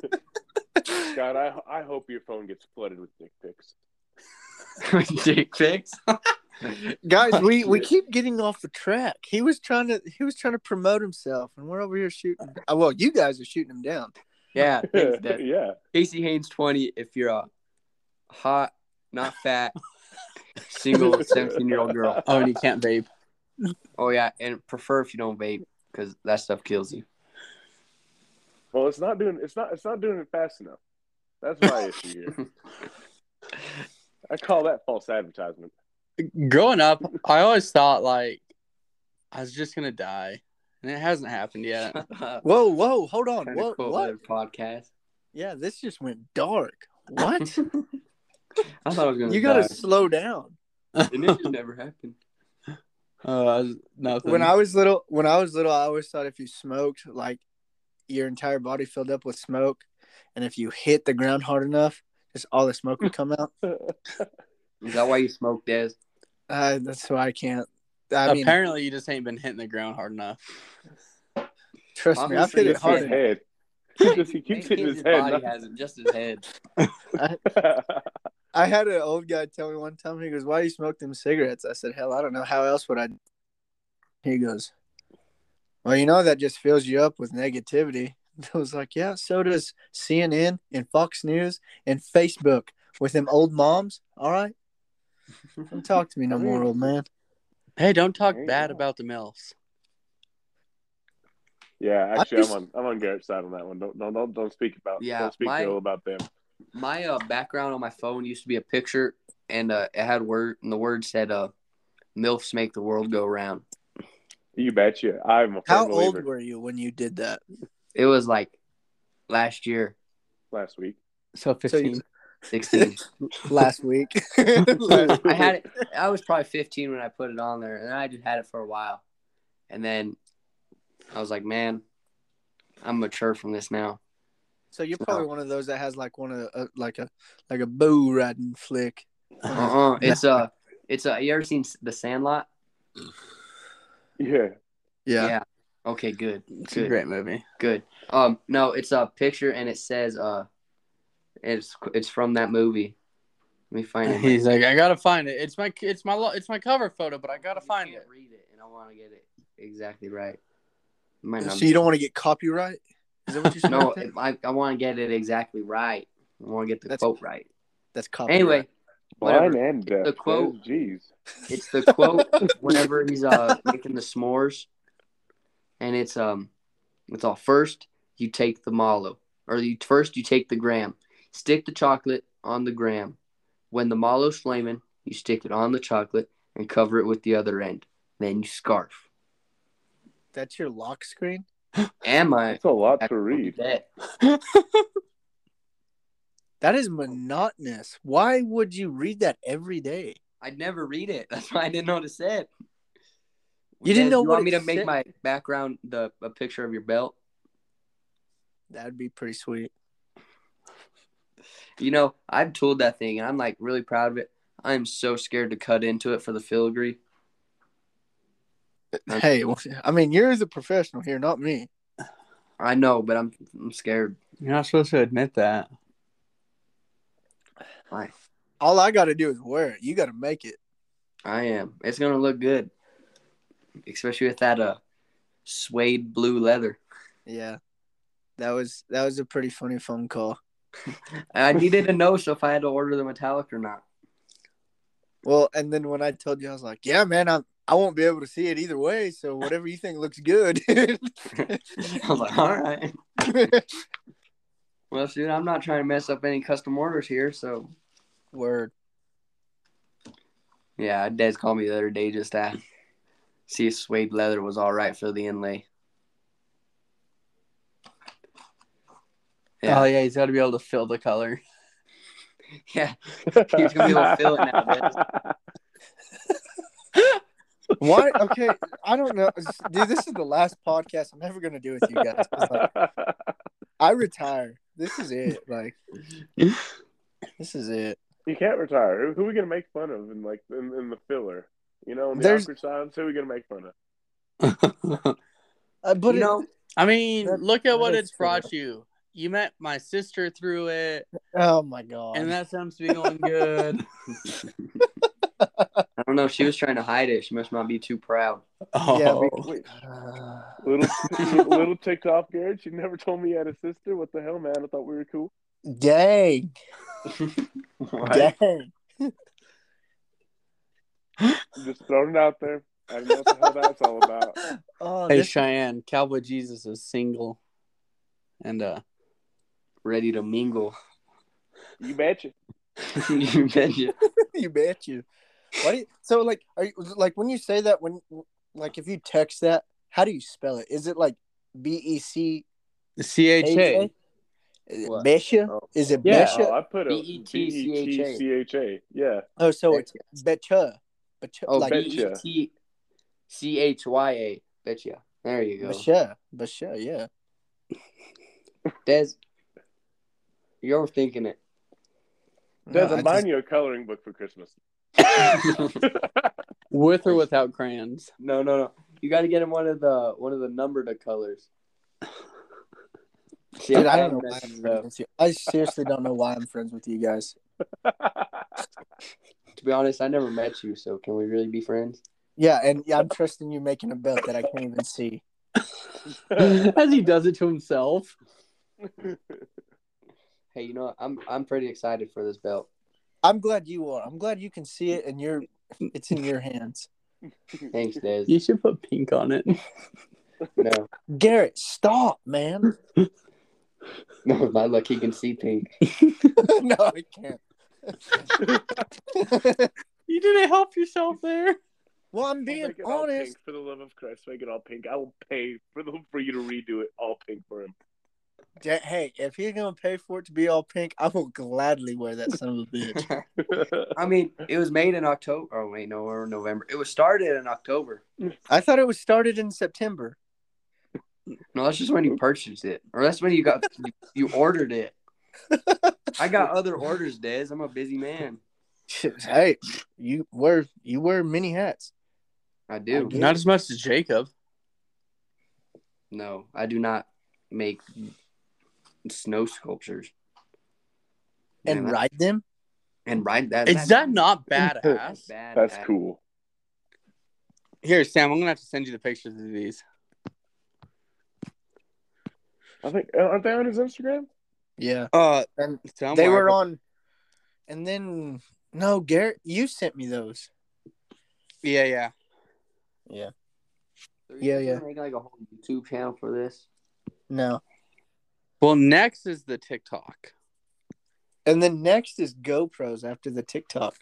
S5: God, I, I hope your phone gets flooded with dick pics.
S4: dick pics
S3: guys, we, we keep getting off the track. He was trying to he was trying to promote himself, and we're over here shooting. uh, Well, you guys are shooting him down.
S4: yeah thanks, Dad.
S5: yeah,
S4: casey haynes 20 if you're a hot not fat single 17 year old girl
S6: Oh, and you can't vape.
S4: oh yeah and prefer if you don't vape because that stuff kills you
S5: Well, it's not doing. It's not. It's not doing it fast enough. That's my issue here. I call that false advertisement.
S6: Growing up, I always thought, like, I was just going to die. And it hasn't happened yet. Uh,
S3: Whoa, whoa, hold on.
S4: Kinda
S3: What?
S4: cool
S3: what?
S4: other podcast
S3: Yeah, this just went dark. What?
S4: i thought i was gonna
S3: you gotta
S4: die.
S3: slow down.
S4: and it just never happened
S6: Uh, nothing.
S3: When I was little, when I was little, I always thought if you smoked, like your entire body filled up with smoke, and if you hit the ground hard enough, just all the smoke would come out.
S4: Is that why you smoke, Des?
S3: Uh, that's why I can't. I mean,
S6: Apparently, you just ain't been hitting the ground hard enough.
S3: trust me, I've
S4: obviously
S3: hit it
S4: it's
S5: His
S3: hard. enough.
S5: head. He just he keeps hitting his head.
S4: body has it, just his head.
S3: I had an old guy tell me one time, he goes, Why do you smoke them cigarettes? I said, Hell, I don't know. How else would I? He goes, Well, you know, that just fills you up with negativity. I was like, Yeah, so does CNN and Fox News and Facebook with them old moms. All right. Don't talk to me no more, old man.
S6: Hey, don't talk
S5: There you
S6: bad
S5: go.
S6: about the mills.
S5: yeah, actually, I'm
S3: just-
S5: on I'm on Garrett's side on that one. Don't don't don't, don't speak about
S4: Yeah,
S5: don't speak
S4: my-
S5: ill about them.
S4: My uh, background on my phone used to be a picture, and uh, it had word, and the word said, uh, "Milfs make the world go round."
S5: You betcha. I'm a firm
S3: How
S5: believer.
S3: old were you when you did that?
S4: It was like last year,
S5: last week.
S6: So 15.
S3: you-
S4: sixteen.
S3: Last week.
S4: I had it. I was probably fifteen when I put it on there, and I just had it for a while, and then I was like, "Man, I'm mature from this now.
S3: So you're probably one of those that has like one of the, uh, like a like a bow riding flick.
S4: Uh-uh. It's uh it's uh you ever seen The Sandlot?
S5: Yeah.
S3: Yeah.
S4: Okay, good.
S6: It's a
S4: Good.
S6: great movie.
S4: Good. Um no, it's a picture and it says uh it's it's from that movie. Let me find it.
S6: He's like, I gotta find it. It's my it's my lo- it's my cover photo, but I gotta find
S4: can't
S6: it.
S4: Read it and I want to get it exactly right. It might not
S3: So
S4: be-
S3: you don't want to get copyright? Is that what you said?
S4: No, if I, I want to get it exactly right. I want to get the
S3: That's-
S4: quote right.
S3: That's copyright.
S4: Anyway,
S5: Blind
S4: whatever.
S5: and deaf.
S4: The quote-
S5: man. Jeez.
S4: It's the quote whenever he's uh making the s'mores, and it's um, it's all first you take the mallow, or you first you take the gram, stick the chocolate on the gram. When the mallow's flaming, you stick it on the chocolate and cover it with the other end. Then you scarf.
S3: that's your lock screen.
S4: Am I?
S5: That's a lot to read.
S4: That
S3: That is monotonous. Why would you read that every day?
S4: I'd never read it. That's why I didn't know what it said.
S3: You didn't
S4: Dad,
S3: know
S4: you
S3: what
S4: want me
S3: it
S4: to make
S3: said?
S4: my background the a picture of your belt.
S3: That'd be pretty sweet.
S4: You know, I've tooled that thing, and I'm like really proud of it. I am so scared to cut into it for the filigree. That's-
S3: Hey, well, I mean, you're the professional here, not me.
S4: I know, but I'm I'm scared.
S6: You're not supposed to admit that.
S4: I
S3: All I got to do is wear it. You got to make it.
S4: I am. It's gonna look good, especially with that uh suede blue leather.
S3: Yeah, that was that was a pretty funny phone call.
S4: And I needed to know so if I had to order the metallic or not.
S3: Well, and then when I told you, I was like, "Yeah, man, I'm I won't be able to see it either way. So whatever you think looks good."
S4: I was like, all right. Well, dude, I'm not trying to mess up any custom orders here, so
S3: Word.
S4: Yeah, Dad's called me the other day just to see if suede leather was all right for the inlay. Yeah.
S6: Oh yeah, he's got to be able to fill the color.
S4: Yeah, He's gonna be able to feel it nowadays.
S3: Why? Okay, I don't know, dude. This is the last podcast I'm ever gonna do with you guys. 'Cause, like, I retire. This is it. Like, this is it.
S5: you can't retire. Who, who are we gonna make fun of in like in, in the filler? You know, in the
S3: There's-
S5: awkward silence. Who are we gonna make fun of?
S3: Uh, but
S4: you
S3: it-
S4: know,
S6: I mean,
S3: That-
S6: look at what
S3: that
S6: it's
S3: is true.
S6: brought you. You met my sister through it,
S3: oh my god.
S6: and that seems to be going good.
S4: I don't know if she was trying to hide it. She must not be too proud.
S3: Yeah,
S6: Oh,
S3: we-
S5: Wait,
S3: Uh,
S5: little little ticked off Garrett. You never told me you had a sister. What the hell, man? I thought we were cool.
S3: dang, dang.
S5: I'm just throwing it out there. I don't know what the hell that's all about.
S3: Oh,
S6: hey
S3: this,
S6: Cheyenne, Cowboy Jesus is single, and uh,
S4: Ready to mingle.
S5: You betcha.
S4: you betcha.
S3: you bet you. Why do you, so like are you like when you say that when like if you text that how do you spell it? Is it like B E C
S6: C H
S3: A?
S6: A.
S3: Is it
S4: What?
S3: Besha?
S4: Oh.
S3: Is it
S6: Yeah.
S3: Besha?
S5: Oh, I put a
S3: E
S5: E
S4: B-E-T-C-H-A.
S5: B-E-T-C-H-A. Yeah.
S3: Oh, so it's Betcha. Betcha.
S4: Oh,
S3: like
S5: bet-
S4: B E T C H Y A. Betcha. There you go.
S3: Besha. Besha, yeah.
S4: Des, you're overthinking it.
S3: No,
S5: Des, I'm
S3: I
S5: buying
S3: just-
S5: you a coloring book for Christmas.
S6: with or without crayons.
S4: No, no, no. You got to get him one of the one of the numbered of colors. See,
S3: Dude, I
S4: I'm
S3: don't know why
S4: messing
S3: I'm
S4: it up.
S3: friends with you. I seriously don't know why I'm friends with you guys.
S4: To be honest, I never met you, so can we really be friends?
S3: Yeah, and yeah, I'm trusting you making a bet that I can't even see.
S6: As he does it to himself.
S4: Hey, you know what? I'm I'm pretty excited for this belt.
S3: I'm glad you are. I'm glad you can see it and you're it's in your hands.
S4: Thanks, Des.
S6: You should put pink on it.
S4: No,
S3: Garrett, stop, man.
S4: no, my luck. He can see pink.
S3: no, I can't.
S6: You didn't help yourself there.
S3: well, I'm
S5: I'll
S3: being
S5: make it all
S3: honest.
S5: pink, for the love of Christ, make it all pink. I will pay for the for you to redo it all pink for him.
S3: Da- Hey, if you're gonna pay for it to be all pink, I will gladly wear that son of a bitch.
S4: I mean, it was made in October. Oh wait, no, we're in November. It was started in October.
S3: I thought it was started in September.
S4: No, that's just when you purchased it, or that's when you got you ordered it. I got other orders, Des. I'm a busy man.
S3: hey, you wear you wear many hats.
S4: I do.
S3: I
S2: Not as much as Jacob.
S4: no, I do not make snow sculptures
S3: And
S4: Man,
S3: ride them?
S4: and ride that.
S2: Is that not
S4: that's
S2: badass?
S4: bad?
S5: That's
S4: ass.
S5: cool.
S2: Here, Sam, I'm gonna have to send you the pictures of these.
S5: I think uh, aren't they on his Instagram?
S3: Yeah.
S2: Uh,
S3: And
S2: Sam,
S3: they
S2: why-
S3: were on and then no, Garrett, you sent me those.
S2: Yeah, yeah.
S3: Yeah, yeah.
S4: Make like a whole YouTube channel for this.
S3: No.
S2: Well, next is the TikTok.
S3: And then next is GoPros after the TikTok.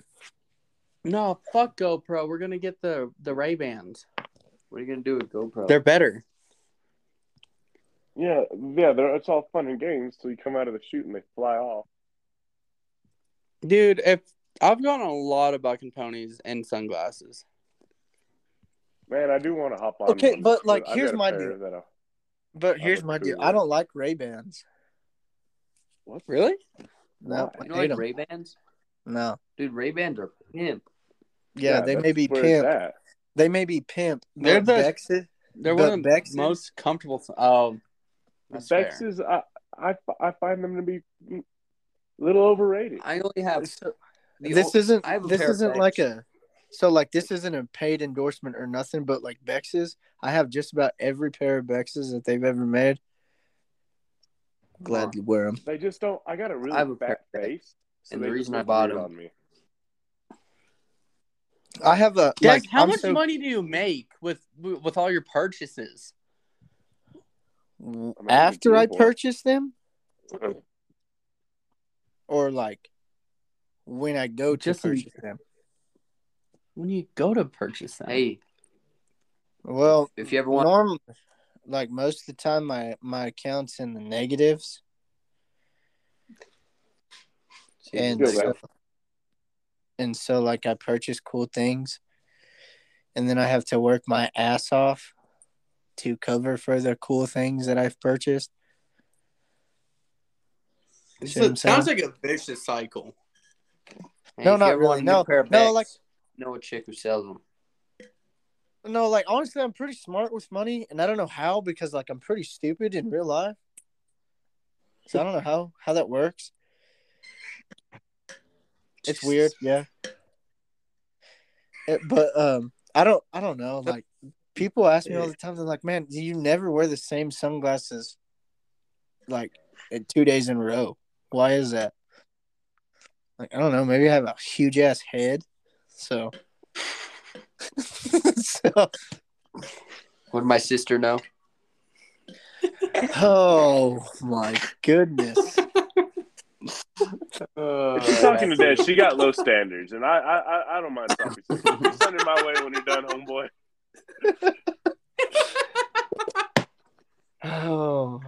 S2: No, fuck GoPro. We're gonna get the the Ray Bans.
S4: What are you gonna do with GoPro?
S2: They're better.
S5: Yeah, yeah. They're, it's all fun and games till you come out of the shoot and they fly off.
S2: Dude, if I've gotten a lot of bucking ponies and sunglasses.
S5: Man, I do want to hop on.
S3: Okay,
S5: one,
S3: but, like,
S5: I've
S3: here's
S5: got a
S3: my
S5: pair
S3: deal.
S5: that I-
S3: But
S5: I
S3: here's
S5: look
S3: my deal.
S5: cool.
S3: I don't like Ray Bans.
S5: What?
S2: Really?
S3: No, I
S5: Why?
S4: you
S3: hate
S4: know, like
S3: 'em.
S4: Ray Bans,
S3: No.
S4: dude. Ray Bans are pimp.
S3: Yeah, they may
S5: that's
S3: be
S5: where it's
S3: pimp.
S5: at.
S3: They may be pimp.
S2: They're
S3: but
S2: the-
S3: Bex's-
S2: They're
S3: But
S2: one of the
S3: Bex's-
S2: most comfortable. Oh,
S5: The
S2: that's fair.
S5: Bexes, I, I, I find them to be a little overrated.
S4: I only have. the
S3: this
S4: ol-
S3: isn't
S4: I have a
S3: this
S4: pair of
S3: isn't
S4: Bex.
S3: like a so like this isn't a paid endorsement or nothing, but like Bex's, I have just about every pair of Bex's that they've ever made. Gladly wear them.
S5: They just don't. I got a really
S4: I have a
S5: fat
S4: pair of Bex,
S5: face, so
S4: and
S5: they
S4: the
S5: just
S4: reason I
S5: look
S4: bought
S5: weird
S4: 'em-
S5: on me.
S3: I have a
S2: Des,
S3: like
S2: how
S3: I'm
S2: much
S3: so-
S2: money do you make with with all your purchases?
S5: I'm
S3: after I
S5: actually doable.
S3: purchase them, or like when I go to
S2: Just in-
S3: purchase them.
S2: When you go to purchase them,
S4: Hey,
S3: Well,
S4: if you ever want,
S3: normally, like most of the time, my my account's in the negatives, and
S5: Feel
S3: so,
S5: that.
S3: and so like I purchase cool things, and then I have to work my ass off to cover for the cool things that I've purchased.
S2: This
S3: See what
S2: is-
S3: I'm
S2: sounds like a vicious cycle.
S4: hey,
S3: no,
S4: if you
S3: not
S4: ever want
S3: really.
S4: a new
S3: No,
S4: pair of
S3: no,
S4: Bex,
S3: like-
S4: know a chick who sells them.
S3: No, like honestly, I'm pretty smart with money, and I don't know how because like I'm pretty stupid in real life. So I don't know how how that works. It's weird, yeah. It- but um, I don't I don't know. Like people ask me all the time, they're like, "Man, do you never wear the same sunglasses like in two days in a row? Why is that?" Like I don't know. Maybe I have a huge ass head, so. so
S4: Would my sister know?
S3: Oh my goodness.
S4: uh,
S5: She's talking to Dad. She got low standards, and I, I, I- I don't mind talking. to her. Just Send it my way when you're done, homeboy.
S3: oh.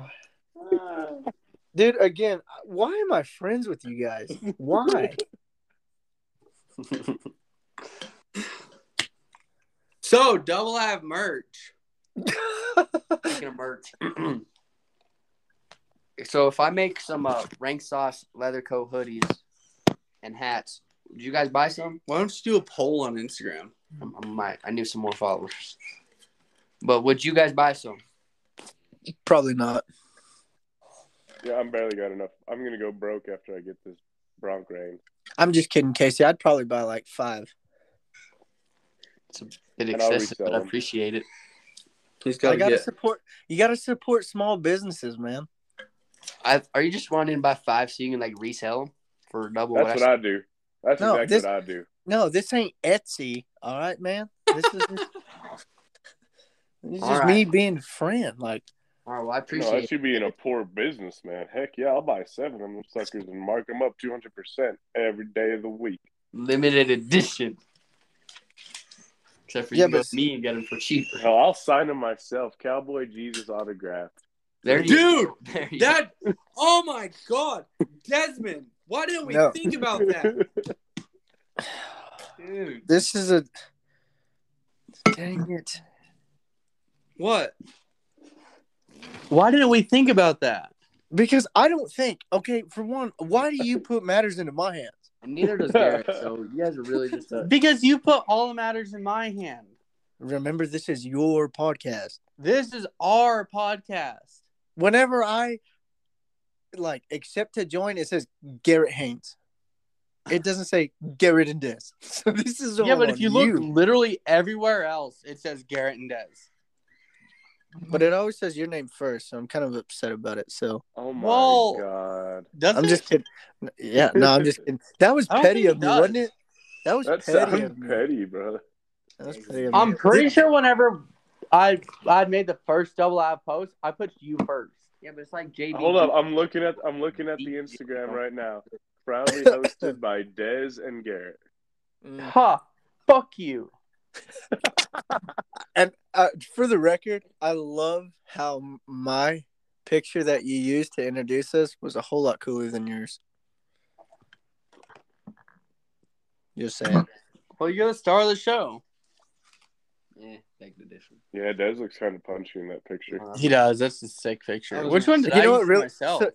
S3: Dude, again, why am I friends with you guys? Why?
S2: So double have merch.
S4: Speaking of merch. so if I make some uh, rank sauce leather coat hoodies and hats, would you guys buy some?
S2: Why don't you do a poll on Instagram?
S4: I, I might. I need some more followers. But would you guys buy some?
S3: Probably not.
S5: Yeah, I'm barely got enough. I'm gonna go broke after I get this Bronc rain.
S3: I'm just kidding, Casey. I'd probably buy like five.
S4: It's a bit
S5: And I'll
S4: excessive, but
S5: resell
S4: I
S5: 'em.
S4: appreciate it.
S2: He's
S3: I gotta support you gotta support small businesses, man.
S4: I are you just wanting to buy five so you can like resell them for double?
S5: That's what
S4: I,
S5: I do. That's
S3: No,
S5: exactly
S3: this-
S5: what I do.
S3: No, this ain't Etsy. All right, man. This is just, this is
S4: All
S3: just
S4: right.
S3: me being friend. Like
S4: all right, Oh, well, I
S5: No,
S4: appreciate
S5: that's
S4: it.
S5: you being a poor businessman. Heck yeah, I'll buy seven of them suckers and mark them up 200% every day of the week.
S4: limited edition. Except for
S3: Yeah,
S4: you go
S3: but-
S4: me and get them for cheaper.
S5: Hell, I'll sign them myself. Cowboy Jesus autograph.
S4: There you
S2: Dude,
S4: go. There you go.
S2: That. Oh my God, Desmond. Why didn't we
S3: No.
S2: think about that, dude?
S3: this is a dang it.
S2: What? Why didn't we think about that?
S3: Because I don't think. Okay, for one, why do you put matters into my hands?
S4: And neither does Derek. so you guys are really just a,
S2: Because you put all the matters in my hand.
S3: Remember, this is your podcast.
S2: This is our podcast.
S3: Whenever I like accept to join, it says Garrett Haynes. It doesn't say Garrett and Des. So this is
S2: yeah,
S3: all
S2: but if
S3: on
S2: you look literally everywhere else, it says Garrett and Dez.
S3: but it always says your name first. So I'm kind of upset about it. So
S5: Oh my
S2: Well-
S5: god.
S2: Doesn't
S3: I'm just kidding. Yeah, no, I'm just kidding. That was
S2: I don't
S3: petty
S2: think
S3: of
S2: it
S3: me,
S2: does.
S3: wasn't it? That was
S5: That
S3: petty.
S5: sounds
S3: Of me.
S5: petty, brother.
S3: That was petty. Of
S2: I'm
S3: me.
S2: pretty sure whenever I I made the first double live post, I put you first.
S4: yeah, but it's like JD.
S5: Hold up, I'm looking at I'm looking at the Instagram right now. Proudly hosted by Dez and Garrett.
S3: Mm.
S2: Ha! Fuck you.
S3: And uh, for the record, I love how m- my picture that you used to introduce us was a whole lot cooler than yours. Just saying.
S2: Well, you're the star of the show.
S4: Yeah, take the difference.
S5: Yeah, Dez looks kind of punchy in that picture.
S4: Uh,
S2: He does. That's a sick picture.
S4: That was
S2: Which one did
S3: you
S2: I
S3: know
S2: use
S3: what really?
S2: for myself?
S3: so-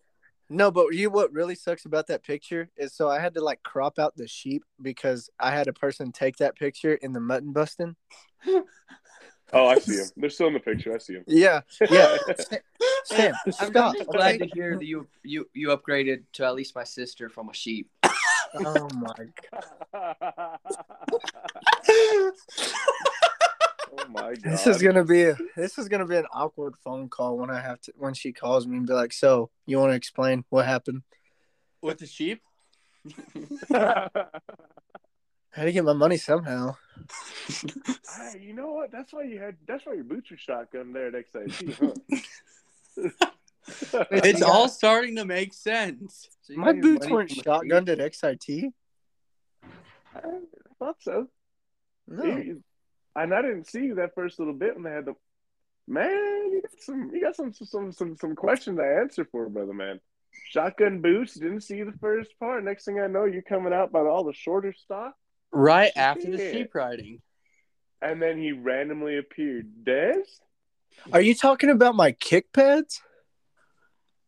S3: no, but you what really sucks about that picture is so I had to like crop out the sheep because I had a person take that picture in the mutton busting.
S5: Oh, I see him. They're still in the picture. I see him.
S3: Yeah, yeah. Sa- Sam,
S4: Uh, I'm
S3: stop.
S4: just
S3: okay?
S4: glad to hear that you you you upgraded to at least my sister from a sheep.
S3: Oh my god.
S5: oh my god.
S3: This is gonna be a, this is gonna be an awkward phone call when I have to when she calls me and be like, "So you want to explain what happened?
S2: With the sheep?
S3: I had to get my money somehow."
S5: Hey, you know what? That's why you had. That's why you boot your shotgun there at XIT, huh?
S2: It's
S3: Yeah.
S2: all starting to make sense.
S4: So you
S3: My
S4: got your
S3: boots
S4: money
S3: weren't
S4: from a sheep.
S3: shotgunned at XIT.
S5: I thought so.
S3: No,
S5: You- And I didn't see that first little bit when they had the man. You got some. You got some some some some questions to answer for, brother man. Shotgun boots. Didn't see the first part. Next thing I know, you're coming out by all the shorter stock.
S2: Right after the
S5: Yeah.
S2: sheep riding.
S5: And then he randomly appeared. Des?
S3: are you talking about my kick pads?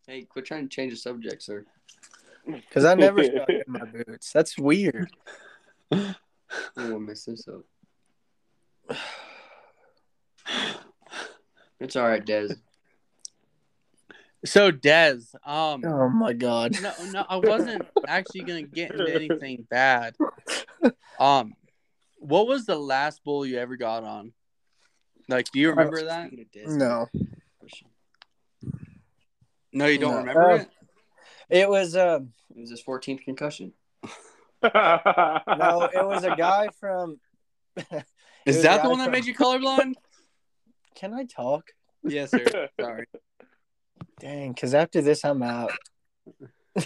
S4: Hey, quit trying to change the subject, sir.
S3: Because I never shotgunned my boots. That's weird.
S4: Oh, we'll mess this up. It's all right, Des.
S2: So Des, um
S3: Oh my god.
S2: no no I wasn't actually gonna get into anything bad. Um what was the last bull you ever got on? Like do you remember that?
S4: Speaking of Des,
S6: Mm,
S3: No,
S2: No, you don't
S3: No.
S2: remember
S6: Um,
S3: Uh,
S2: it?
S3: it was um
S4: It was his 14th concussion.
S3: no, it was a guy from. it
S2: Is
S3: was
S2: that
S3: a
S2: the
S3: guy
S2: one that
S3: from-
S2: made you colorblind?
S3: Can I talk?
S2: yes, sir. Sorry.
S3: Dang, because after this, I'm out.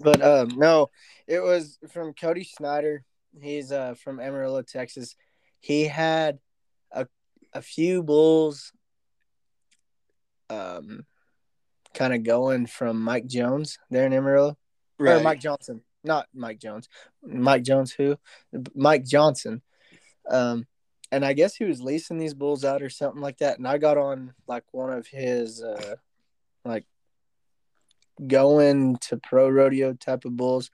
S3: but um, no, it was from Cody Snyder. He's uh, from Amarillo, Texas. He had a a few bulls, um, kind of going from Mike Jones there in Amarillo or Mike Johnson, not Mike Jones, Mike Jones who, Mike Johnson, um, and I guess he was leasing these bulls out or something like that. And I got on like one of his uh, like going to pro rodeo type of bulls,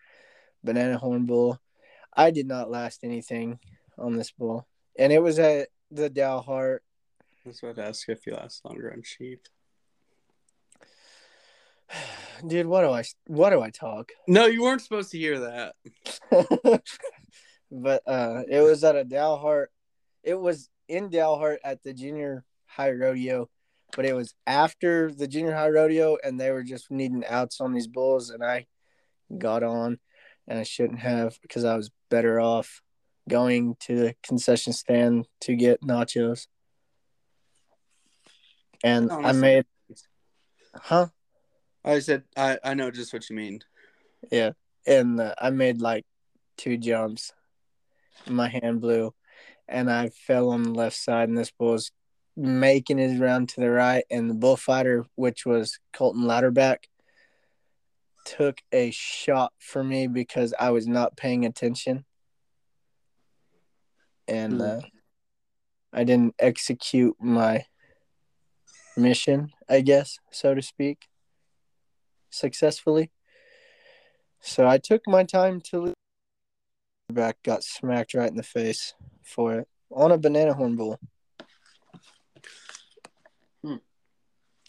S3: banana horn bull. I did not last anything on this bull, and it was at the Dalhart.
S2: That's what I asked if you last longer on sheep.
S3: Dude, what do I what do I talk?
S2: No, you weren't supposed to hear that.
S3: but uh, it was at a Dalhart. It was in Dalhart at the junior high rodeo, but it was after the junior high rodeo, and they were just needing outs on these bulls, and I got on, and I shouldn't have because I was better off going to the concession stand to get nachos, and I
S2: Honestly.
S3: made, huh?
S2: I said I, I know just what you mean.
S3: Yeah, and uh, I made like two jumps. My hand blew, and I fell on the left side, and this bull was making his round to the right, and the bullfighter, which was Colton Louderback, took a shot for me because I was not paying attention, and uh, I didn't execute my mission, I guess, so to speak, successfully. So I took my time to leave. Back got smacked right in the face for it on a banana horn bull.
S2: Hmm.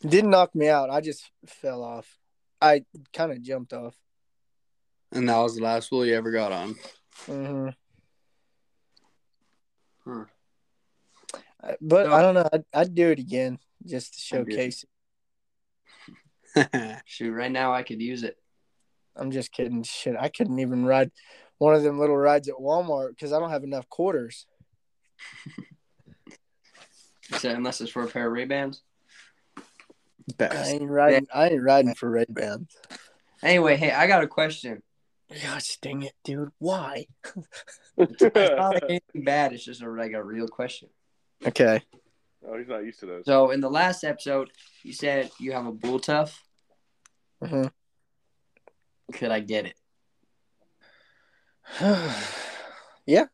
S3: Didn't knock me out. I just fell off. I kind of jumped off.
S6: And that was the last bull you ever got on.
S3: hmm
S2: Hmm.
S3: But
S6: No.
S3: I don't know. I'd, I'd do it again just to
S4: I'd do it.
S3: showcase. it.
S4: Shoot, right now I could use it.
S3: I'm just kidding. Shit, I couldn't even ride one of them little rides at Walmart because I don't have enough quarters.
S4: Except unless it's for a pair of Ray Bans.
S3: I
S6: Best.
S3: ain't riding. I ain't riding for Ray Ban.
S4: Anyway, hey, I got a question.
S3: Gosh dang it, dude! Why?
S4: It's not like anything bad. It's just a, like a real question.
S3: Okay.
S5: oh, he's not used to those.
S4: So in the last episode, you said you have a bull tough.
S3: hmm
S4: Could I get it?
S3: yeah.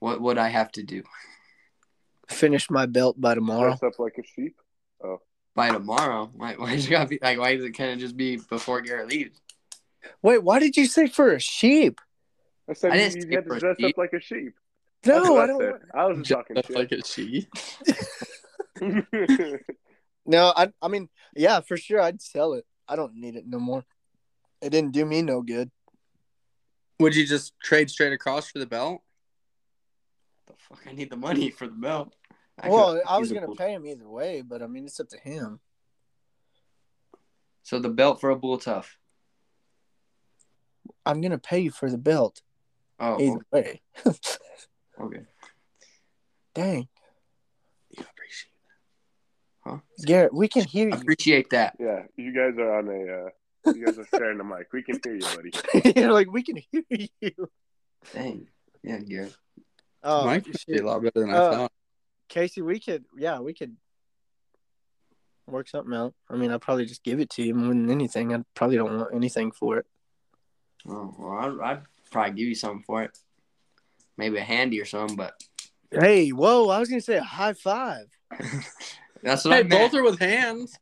S4: What would I have to do
S3: Finish my belt by tomorrow.
S5: Dress up like a sheep.
S4: by tomorrow? Why? Why does it gotta be like? Why does it kind of just be before Garrett leaves?
S3: Wait, why did you say for a sheep?
S5: I said
S4: I
S5: you-
S4: didn't
S5: you
S4: say
S5: had
S4: for
S5: to
S4: a
S5: dress
S4: sheep.
S5: up like a sheep. That's
S3: No,
S5: what
S3: I don't.
S5: said.
S3: want-
S5: I was just
S6: Just
S5: talking
S6: looked
S5: shit.
S6: like a she.
S3: No, I. I mean, yeah, for sure, I'd sell it. I don't need it no more. It didn't do me no good.
S6: Would you just trade straight across for the belt?
S4: The fuck! I need the money for the belt. I
S3: well,
S4: could-
S3: I was
S4: use a
S3: gonna
S4: bull-
S3: pay him either way, but I mean, it's up to him.
S4: So the belt for a bull tough.
S3: I'm gonna pay you for the belt
S4: Oh,
S3: either way.
S4: okay.
S3: Dang,
S6: You appreciate
S3: Garrett, we can hear
S4: I
S3: you.
S4: appreciate that.
S5: yeah, you guys are on a. Uh, you guys are sharing the mic. We can hear you, buddy.
S3: You're like, we can hear you.
S4: Dang. Yeah, Garrett.
S3: Oh,
S6: Mike should be a lot better than
S3: Uh,
S6: I thought.
S3: Casey, we could, yeah, we could work something out. I mean, I'd probably just give it to you more than anything. I probably don't want anything for it.
S4: Oh, well, I'd, I'd probably give you something for it. Maybe a handy or something, but
S3: Hey, whoa, I was gonna say a high five.
S4: that's what
S6: Hey,
S4: I meant.
S6: both are with hands.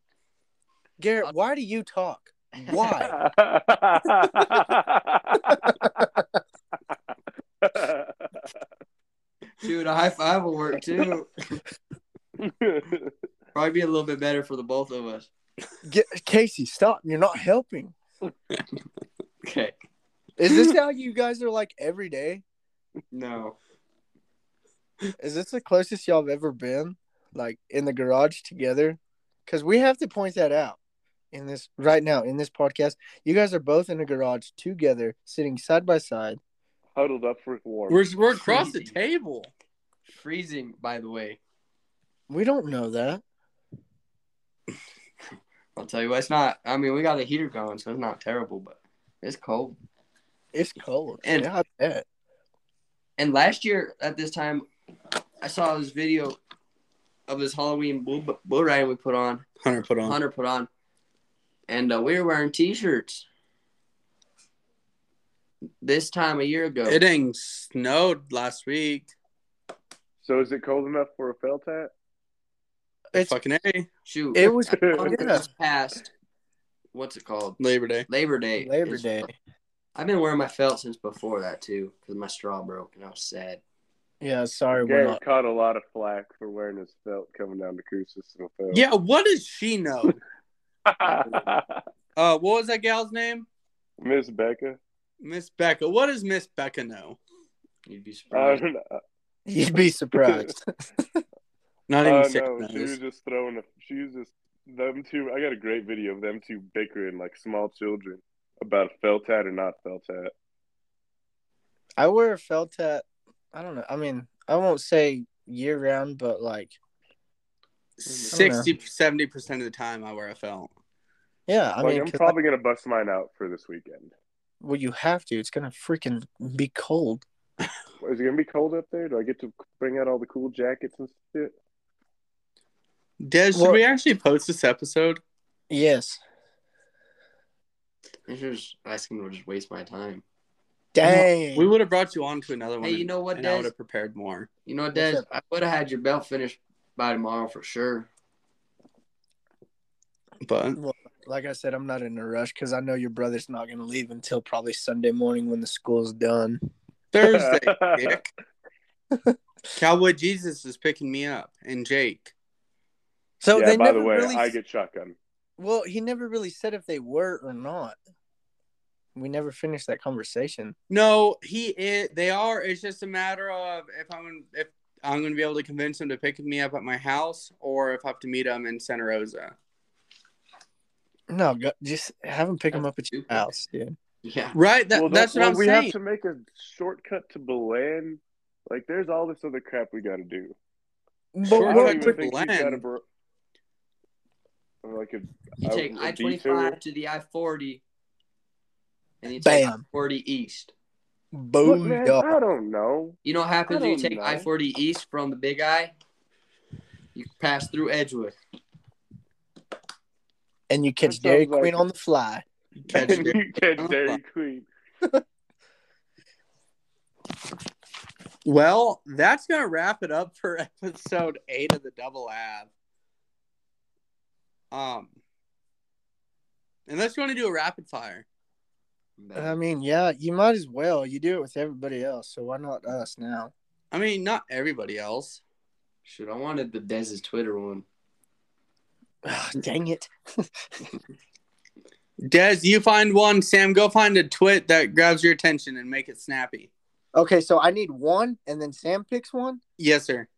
S3: Garrett, why do you talk? Why?
S4: Dude, a high five will work too. Probably be a little bit better for the both of us.
S3: Get, Casey, stop. You're not helping.
S4: Okay.
S3: Is this how you guys are like every day?
S4: No.
S3: Is this the closest y'all have ever been? Like in the garage together? Because we have to point that out in this right now in this podcast. You guys are both in a garage together, sitting side by side.
S5: Huddled up for warmth.
S6: We're, we're across the
S4: Crazy.
S6: table.
S4: Freezing, by the way.
S3: We don't know that.
S4: I'll tell you what, it's not. I mean, we got a heater going, so it's not terrible, but it's cold.
S3: It's cold.
S4: And-
S3: yeah, I bet.
S4: And last year at this time, I saw this video of this Halloween bull, bull riding we put on,
S6: Hunter put on.
S4: Hunter put on, and uh, we were wearing t shirts this time a year ago.
S6: It dang snowed last week.
S5: so is it cold enough for a felt hat?
S3: It's
S6: Fucking A.
S4: Shoot.
S3: it was
S4: long
S3: Yeah.
S4: as it's past what's it called
S6: Labor Day.
S4: labor day
S3: Labor
S4: It's-
S3: Day.
S4: i've been wearing my felt since before that too because my straw broke and i was sad
S3: Yeah, sorry, we're
S5: Garrett
S3: not.
S5: caught a lot of flack for wearing his felt coming down to Crucis in a felt.
S6: Yeah, what does she know?
S5: Yeah.
S6: uh, what was that gal's name?
S5: Miss Becca.
S6: Miss Becca. What does Miss Becca know?
S4: you'd be
S5: I
S4: surprised
S5: don't know.
S3: You'd be surprised.
S4: Uh,
S6: Not even
S5: Oh
S6: six
S5: no, she was
S6: knows.
S5: just throwing. A, she was just them two. I got a great video of them two bickering like small children about felt hat or not felt hat.
S3: I wear a felt hat. I don't know. I mean, I won't say year round, but like,
S6: Sixty, seventy percent of the time, I wear a felt.
S3: yeah. I
S5: like
S3: mean,
S5: I'm
S3: 'cause,
S5: probably gonna bust mine out for this weekend.
S3: like, well, you have to. It's gonna freaking be cold.
S5: Is it gonna be cold up there? Do I get to bring out all the cool jackets and shit?
S6: Des, should
S3: Well-
S6: we actually post this episode?
S3: Yes.
S4: it's just asking to just waste my time
S3: Dang.
S6: We would have brought you on to another one.
S4: hey you know what
S6: and I would
S4: des
S6: have prepared more.
S4: you know what
S3: What's
S4: des
S3: up?
S4: i would have had your belt finished by tomorrow for sure.
S2: But
S3: Like I said, I'm not in a rush because I know your brother's not going to leave until probably Sunday morning when the school's done.
S2: Thursday, dick. Cowboy Jesus is picking me up and Jake.
S3: So
S5: yeah,
S3: they
S5: by
S3: never
S5: the way,
S3: really.
S5: I get shotgun.
S3: Well, he never really said if they were or not. We never finished that conversation.
S2: No, he is, they are. It's just a matter of if I'm if I'm gonna be able to convince him to pick me up at my house or if I have to meet him in Santa Rosa.
S3: No, go, just have him pick him up at your house, dude.
S4: Yeah.
S2: Right? That,
S5: Well,
S2: that's
S5: don't-
S2: what
S5: well,
S2: I'm
S5: we
S2: saying.
S5: have to make a shortcut to Belen. Like, there's all this other crap we got to do.
S3: But
S2: Sure,
S5: I
S2: Shortcut
S3: what-
S5: don't
S2: to
S5: even think she's got a
S2: Belen.
S5: bro- like a,
S4: You
S5: I-
S4: take
S5: a
S4: I twenty
S5: detour.
S4: five to the I forty, and you take
S3: Bam.
S4: forty east.
S5: Look,
S3: boom,
S5: man,
S3: dog.
S5: I don't know.
S4: You know what
S5: I
S4: happens when you
S5: don't
S4: take
S5: know.
S4: I forty east from the Big I? You pass through Edgewood.
S3: and you catch
S5: sounds
S3: Dairy
S5: like-
S3: Queen on the fly.
S2: Catch
S5: Can
S2: it.
S5: you catch
S2: Sounds
S5: Dairy
S2: fun.
S5: Queen?
S2: Well, that's gonna wrap it up for episode eight of the Double Ab. Um, unless you want to do a rapid fire,
S3: I
S5: Um,
S3: mean, yeah, you might as well. You do it with everybody else, so why not us now?
S2: I mean, not everybody else.
S4: Shoot, I wanted the Dez's Twitter one.
S3: Ah, dang it.
S2: Des, you find one. Sam, go find a twit that grabs your attention and make it snappy.
S3: Okay, so I need one, and then Sam picks one.
S2: Yes, sir.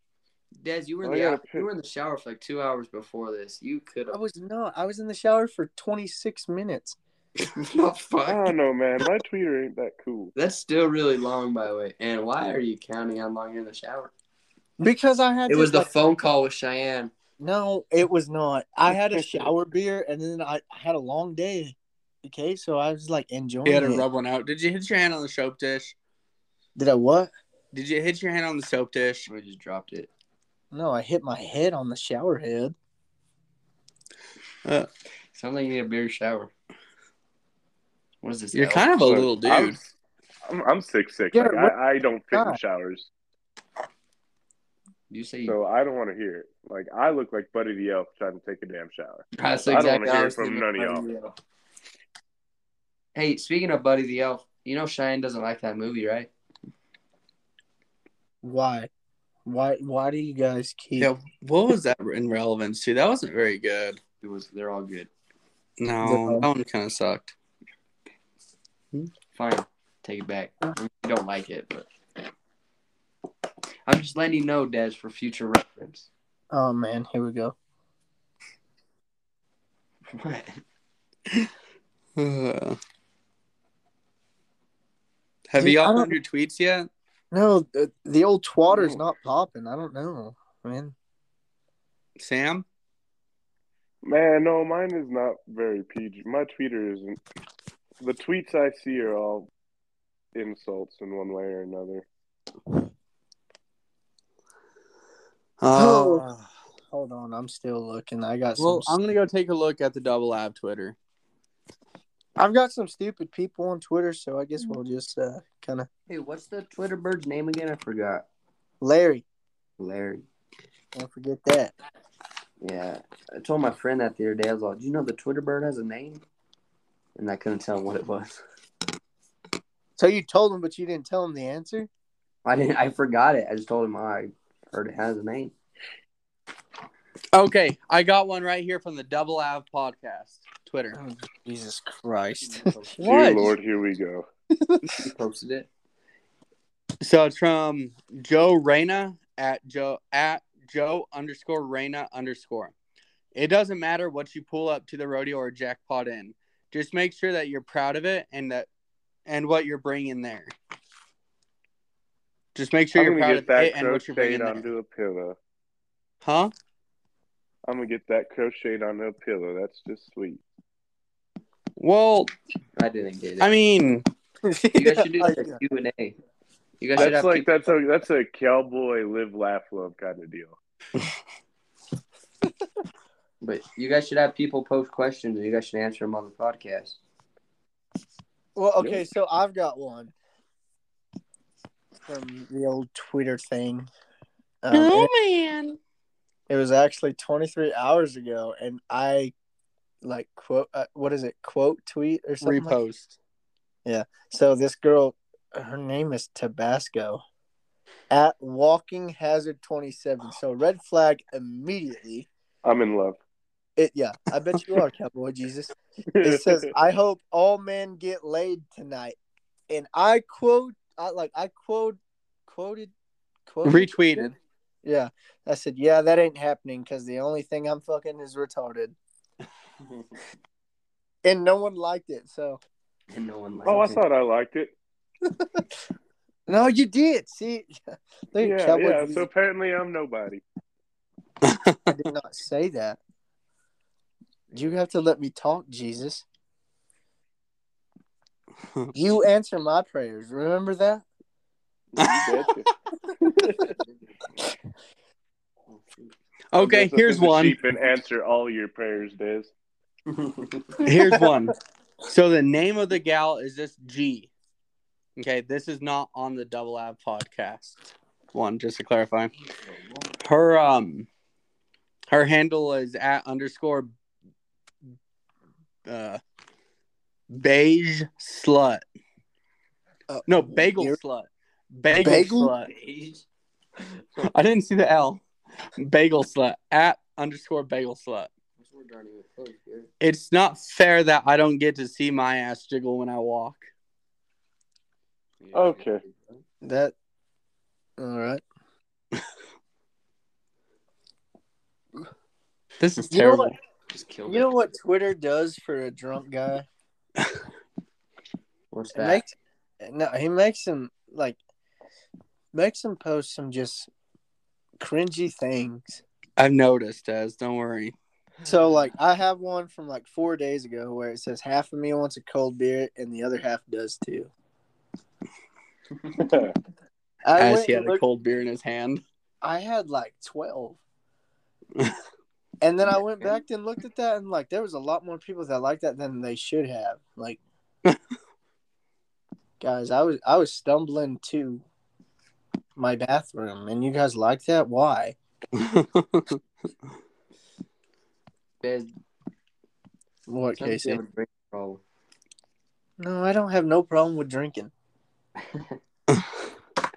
S4: Dez, you were in
S5: Oh, I
S4: the
S5: gotta
S4: you
S5: pick-
S4: were in the shower for like two hours before this. You could
S3: I was not. I was in the shower for 26 minutes.
S4: have. no
S5: I
S4: fuck.
S5: don't know, man. My Twitter ain't that cool.
S4: That's still really long, by the way. And why are you counting how long you're in the shower?
S3: Because I had
S4: It
S3: to,
S4: was the
S3: like-
S4: phone call with Cheyenne.
S3: no, it was not. I had a shower beer, and then I, I had a long day. Okay, so I was like enjoying.
S2: You had to
S3: it.
S2: rub one out. Did you hit your hand on the soap dish?
S3: Did I what?
S2: Did you hit your hand on the soap dish?
S4: We just dropped it.
S3: No, I hit my head on the shower head.
S4: Sounds like you need a bigger shower. What is this?
S2: You're
S4: L?
S2: kind of a
S5: Look,
S2: little
S5: I'm,
S2: dude.
S5: I'm, I'm six six.
S3: Yeah,
S5: Like,
S3: what-
S5: I, I don't fit in
S3: God.
S5: showers,
S4: You say you.
S5: so I don't want to hear it. Like, I look like Buddy the Elf trying to take a damn shower.
S4: That's
S5: I don't wanna
S4: exactly
S5: hear
S4: how I was
S5: from
S4: thinking
S5: none of
S4: Buddy
S5: y'all.
S4: the Elf. Hey, speaking of Buddy the Elf, you know Cheyenne doesn't like that movie, right?
S3: Why? Why? Why do you guys keep?
S2: Yeah, what was that in relevance to? That wasn't very good.
S4: It was. They're all good.
S2: No, that one kind of sucked.
S4: Fine, take it back. You don't like it, but I'm just letting you know, Des, for future reference.
S3: Oh man, here we go.
S4: What?
S2: Have
S3: Dude,
S2: you
S3: I
S2: all
S3: don't-
S2: found your tweets yet?
S3: No, the, the old twatter's
S5: No.
S3: not popping. I don't know, man.
S2: Sam?
S5: Man, no, mine is not very PG. My Twitter isn't. The tweets I see are all insults in one way or another.
S2: Oh.
S3: hold on, I'm still looking. I got
S2: well, I'm
S3: some.
S2: going to go take a look at the Double Ab Twitter.
S3: i I've got some stupid people on Twitter, so I guess we'll just uh, kind of
S4: Hey, what's the Twitter bird's name again? I forgot.
S3: Larry.
S4: Larry.
S3: Don't forget that.
S4: Yeah, I told my friend that the other day. I was like, "Do you know the Twitter bird has a name?" And I couldn't tell him what it was.
S3: So you told him, but you didn't tell him the answer.
S4: I didn't. I forgot it. I just told him "Oh, I heard it has a name.
S2: Okay, I got one right here from the Double Av podcast Twitter.
S3: Oh, Jesus Christ!
S5: Dear
S2: What?
S5: Lord, here we go.
S4: He posted it.
S2: So it's from Joe Reyna at Joe at Joe underscore Reyna underscore. It doesn't matter what you pull up to the rodeo or jackpot in. Just make sure that you're proud of it and that and what you're bringing there. Just make sure
S5: I'm
S2: you're
S5: gonna
S2: proud
S5: get
S2: of
S5: that
S2: it and what you're
S5: crocheted
S2: bringing there.
S5: onto a pillow.
S2: Huh?
S5: I'm gonna get that crocheted onto a pillow. That's just sweet.
S2: Well,
S4: I didn't get it.
S2: I mean,
S4: you guys should do
S3: Oh,
S4: like
S3: yeah.
S4: a Q and A. You guys should
S5: That's
S4: have
S5: like that's a that's a cowboy live laugh love kind of deal.
S4: people, but you guys should have people post questions and you guys should answer them on the podcast.
S3: Well, okay, so I've got one from the old Twitter thing. Um,
S2: man.
S3: It was actually 23 hours ago, and I like quote uh, what is it quote tweet or something. like-
S2: Repost.
S3: So this girl, her name is Tabasco, at Walking Hazard 27. So red flag immediately.
S5: I'm in love.
S3: It yeah, I bet you are, Cowboy Jesus. It says, "I hope all men get laid tonight," and I quote, I like, I quote, quoted, quoted,
S2: Retweeted.
S3: Yeah, I said, "Yeah, that ain't happening because the only thing I'm fucking is retarded," and no one liked it. So
S4: And no one likes
S5: oh, I
S4: it.
S5: thought I liked it.
S3: no, you did see. Look,
S5: yeah,
S3: Cowboy
S5: yeah.
S3: Jesus,
S5: So apparently, I'm nobody.
S3: I did not say that. You have to let me talk, Jesus. You answer my prayers. Remember that.
S5: You betcha. Dress
S2: Okay,
S5: up
S2: here's
S5: as a
S2: one.
S5: Sheep and answer all your prayers, Des.
S2: Here's one. So the name of the gal is this G. Okay, this is not on the Double Ab podcast. One, just to clarify. Her um her handle is at underscore uh beige slut.
S3: Uh,
S2: no, bagel
S3: you're-
S2: slut. Bagel,
S3: Bagel?
S2: slut. I didn't see the L. Bagel slut at underscore bagel slut. It's not fair that I don't get to see my ass jiggle when I walk.
S5: Okay.
S3: That. All right.
S2: This is
S3: You know
S2: terrible.
S3: what?
S4: Just kill
S3: You know what Twitter does for a drunk guy?
S4: What's
S3: It
S4: that?
S3: makes no, he makes him like makes him post some just cringy things.
S2: I've noticed, as don't worry.
S3: So like I have one from like four days ago where it says half of me wants a cold beer and the other half does too. I
S2: as
S3: went
S2: he had
S3: and
S2: a
S3: looked-
S2: cold beer in his hand.
S3: I had like twelve. and then I went back and looked at that and like there was a lot more people that liked that than they should have. Like guys, I was I was stumbling to my bathroom and you guys like that? Why?
S4: There's
S3: What
S4: sometimes you
S3: Casey?
S4: have a drink problem.
S3: No, I don't have no problem with drinking.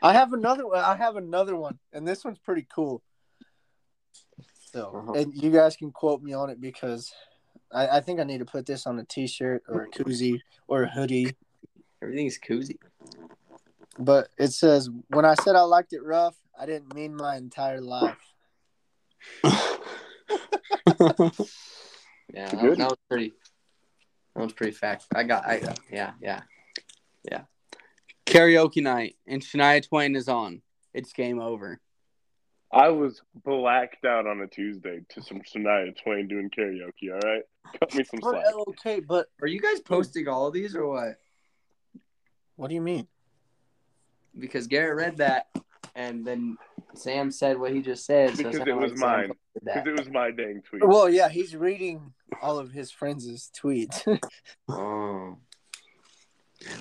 S3: I have another one. I have another one, and this one's pretty cool. So,
S4: Uh-huh.
S3: and you guys can quote me on it because I, I think I need to put this on a T-shirt or a koozie or a hoodie.
S4: Everything's koozie.
S3: But it says, "When I said I liked it rough, I didn't mean my entire life."
S4: Yeah,
S5: It's
S4: that,
S5: a good
S4: that was pretty. That was pretty fact. I got. I got. Yeah, yeah.
S2: Karaoke night, and Shania Twain is on. It's game over.
S5: I was blacked out on a Tuesday to some Shania Twain doing karaoke. All right, cut me some slack.
S3: But okay, but
S4: Are you guys posting all of these or what?
S3: what do you mean?
S4: Because Garrett read that, and then Sam said what he just said. So
S5: Because
S4: sounded
S5: it was
S4: like Sam
S5: mine.
S4: posted
S5: Because
S4: That.
S5: it was my dang tweet.
S3: Well, yeah, he's reading all of his friends' tweets.
S4: Oh.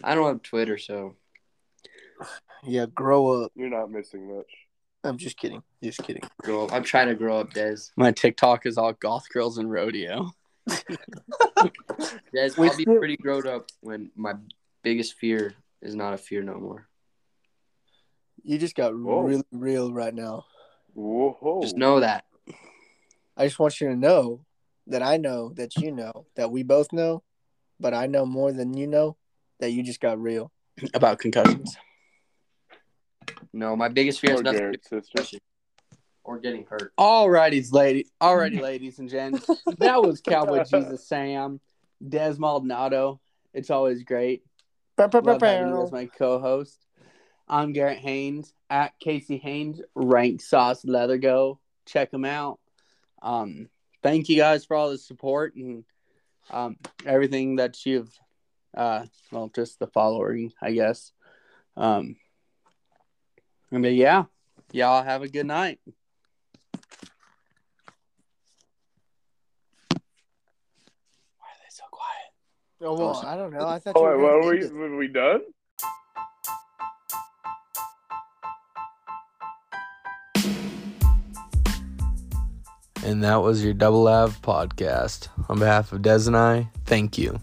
S4: I don't have Twitter, so
S3: yeah, grow up.
S5: You're not missing much.
S3: I'm just kidding. Just kidding.
S4: grow up. I'm trying to grow up, Des.
S2: My TikTok is all goth girls and rodeo.
S4: Des,
S3: We
S4: I'll be
S3: still-
S4: pretty grown up when my biggest fear is not a fear no more.
S3: You just got
S5: Whoa.
S3: really real right now.
S5: Whoa!
S4: Just know that.
S3: I just want you to know that I know that you know that we both know, but I know more than you know that you just got real.
S2: About concussions.
S4: No, my biggest fear
S5: or
S4: is nothing. to do
S5: Garrett's sister.
S4: with depression Or getting hurt.
S2: Alrighty, lady. Alrighty, ladies and gents. That was Cowboy Jesus Sam, Des Maldonado. It's always great. Love having you as my co-host. I'm Garrett Haynes at Casey Haynes Rank Sauce Leather Go. Check them out. Um, thank you guys for all the support and um, everything that you've, uh, well, just the following, I guess. Um, I mean, yeah, y'all have a good night. Why are they so quiet?
S3: Oh, well, I don't know. I thought
S5: Oh,
S3: you
S5: wait,
S3: were
S5: what
S3: gonna
S5: were,
S3: read
S5: we,
S3: it.
S5: were we done?
S2: And that was your Double Av podcast. On behalf of Des and I, thank you.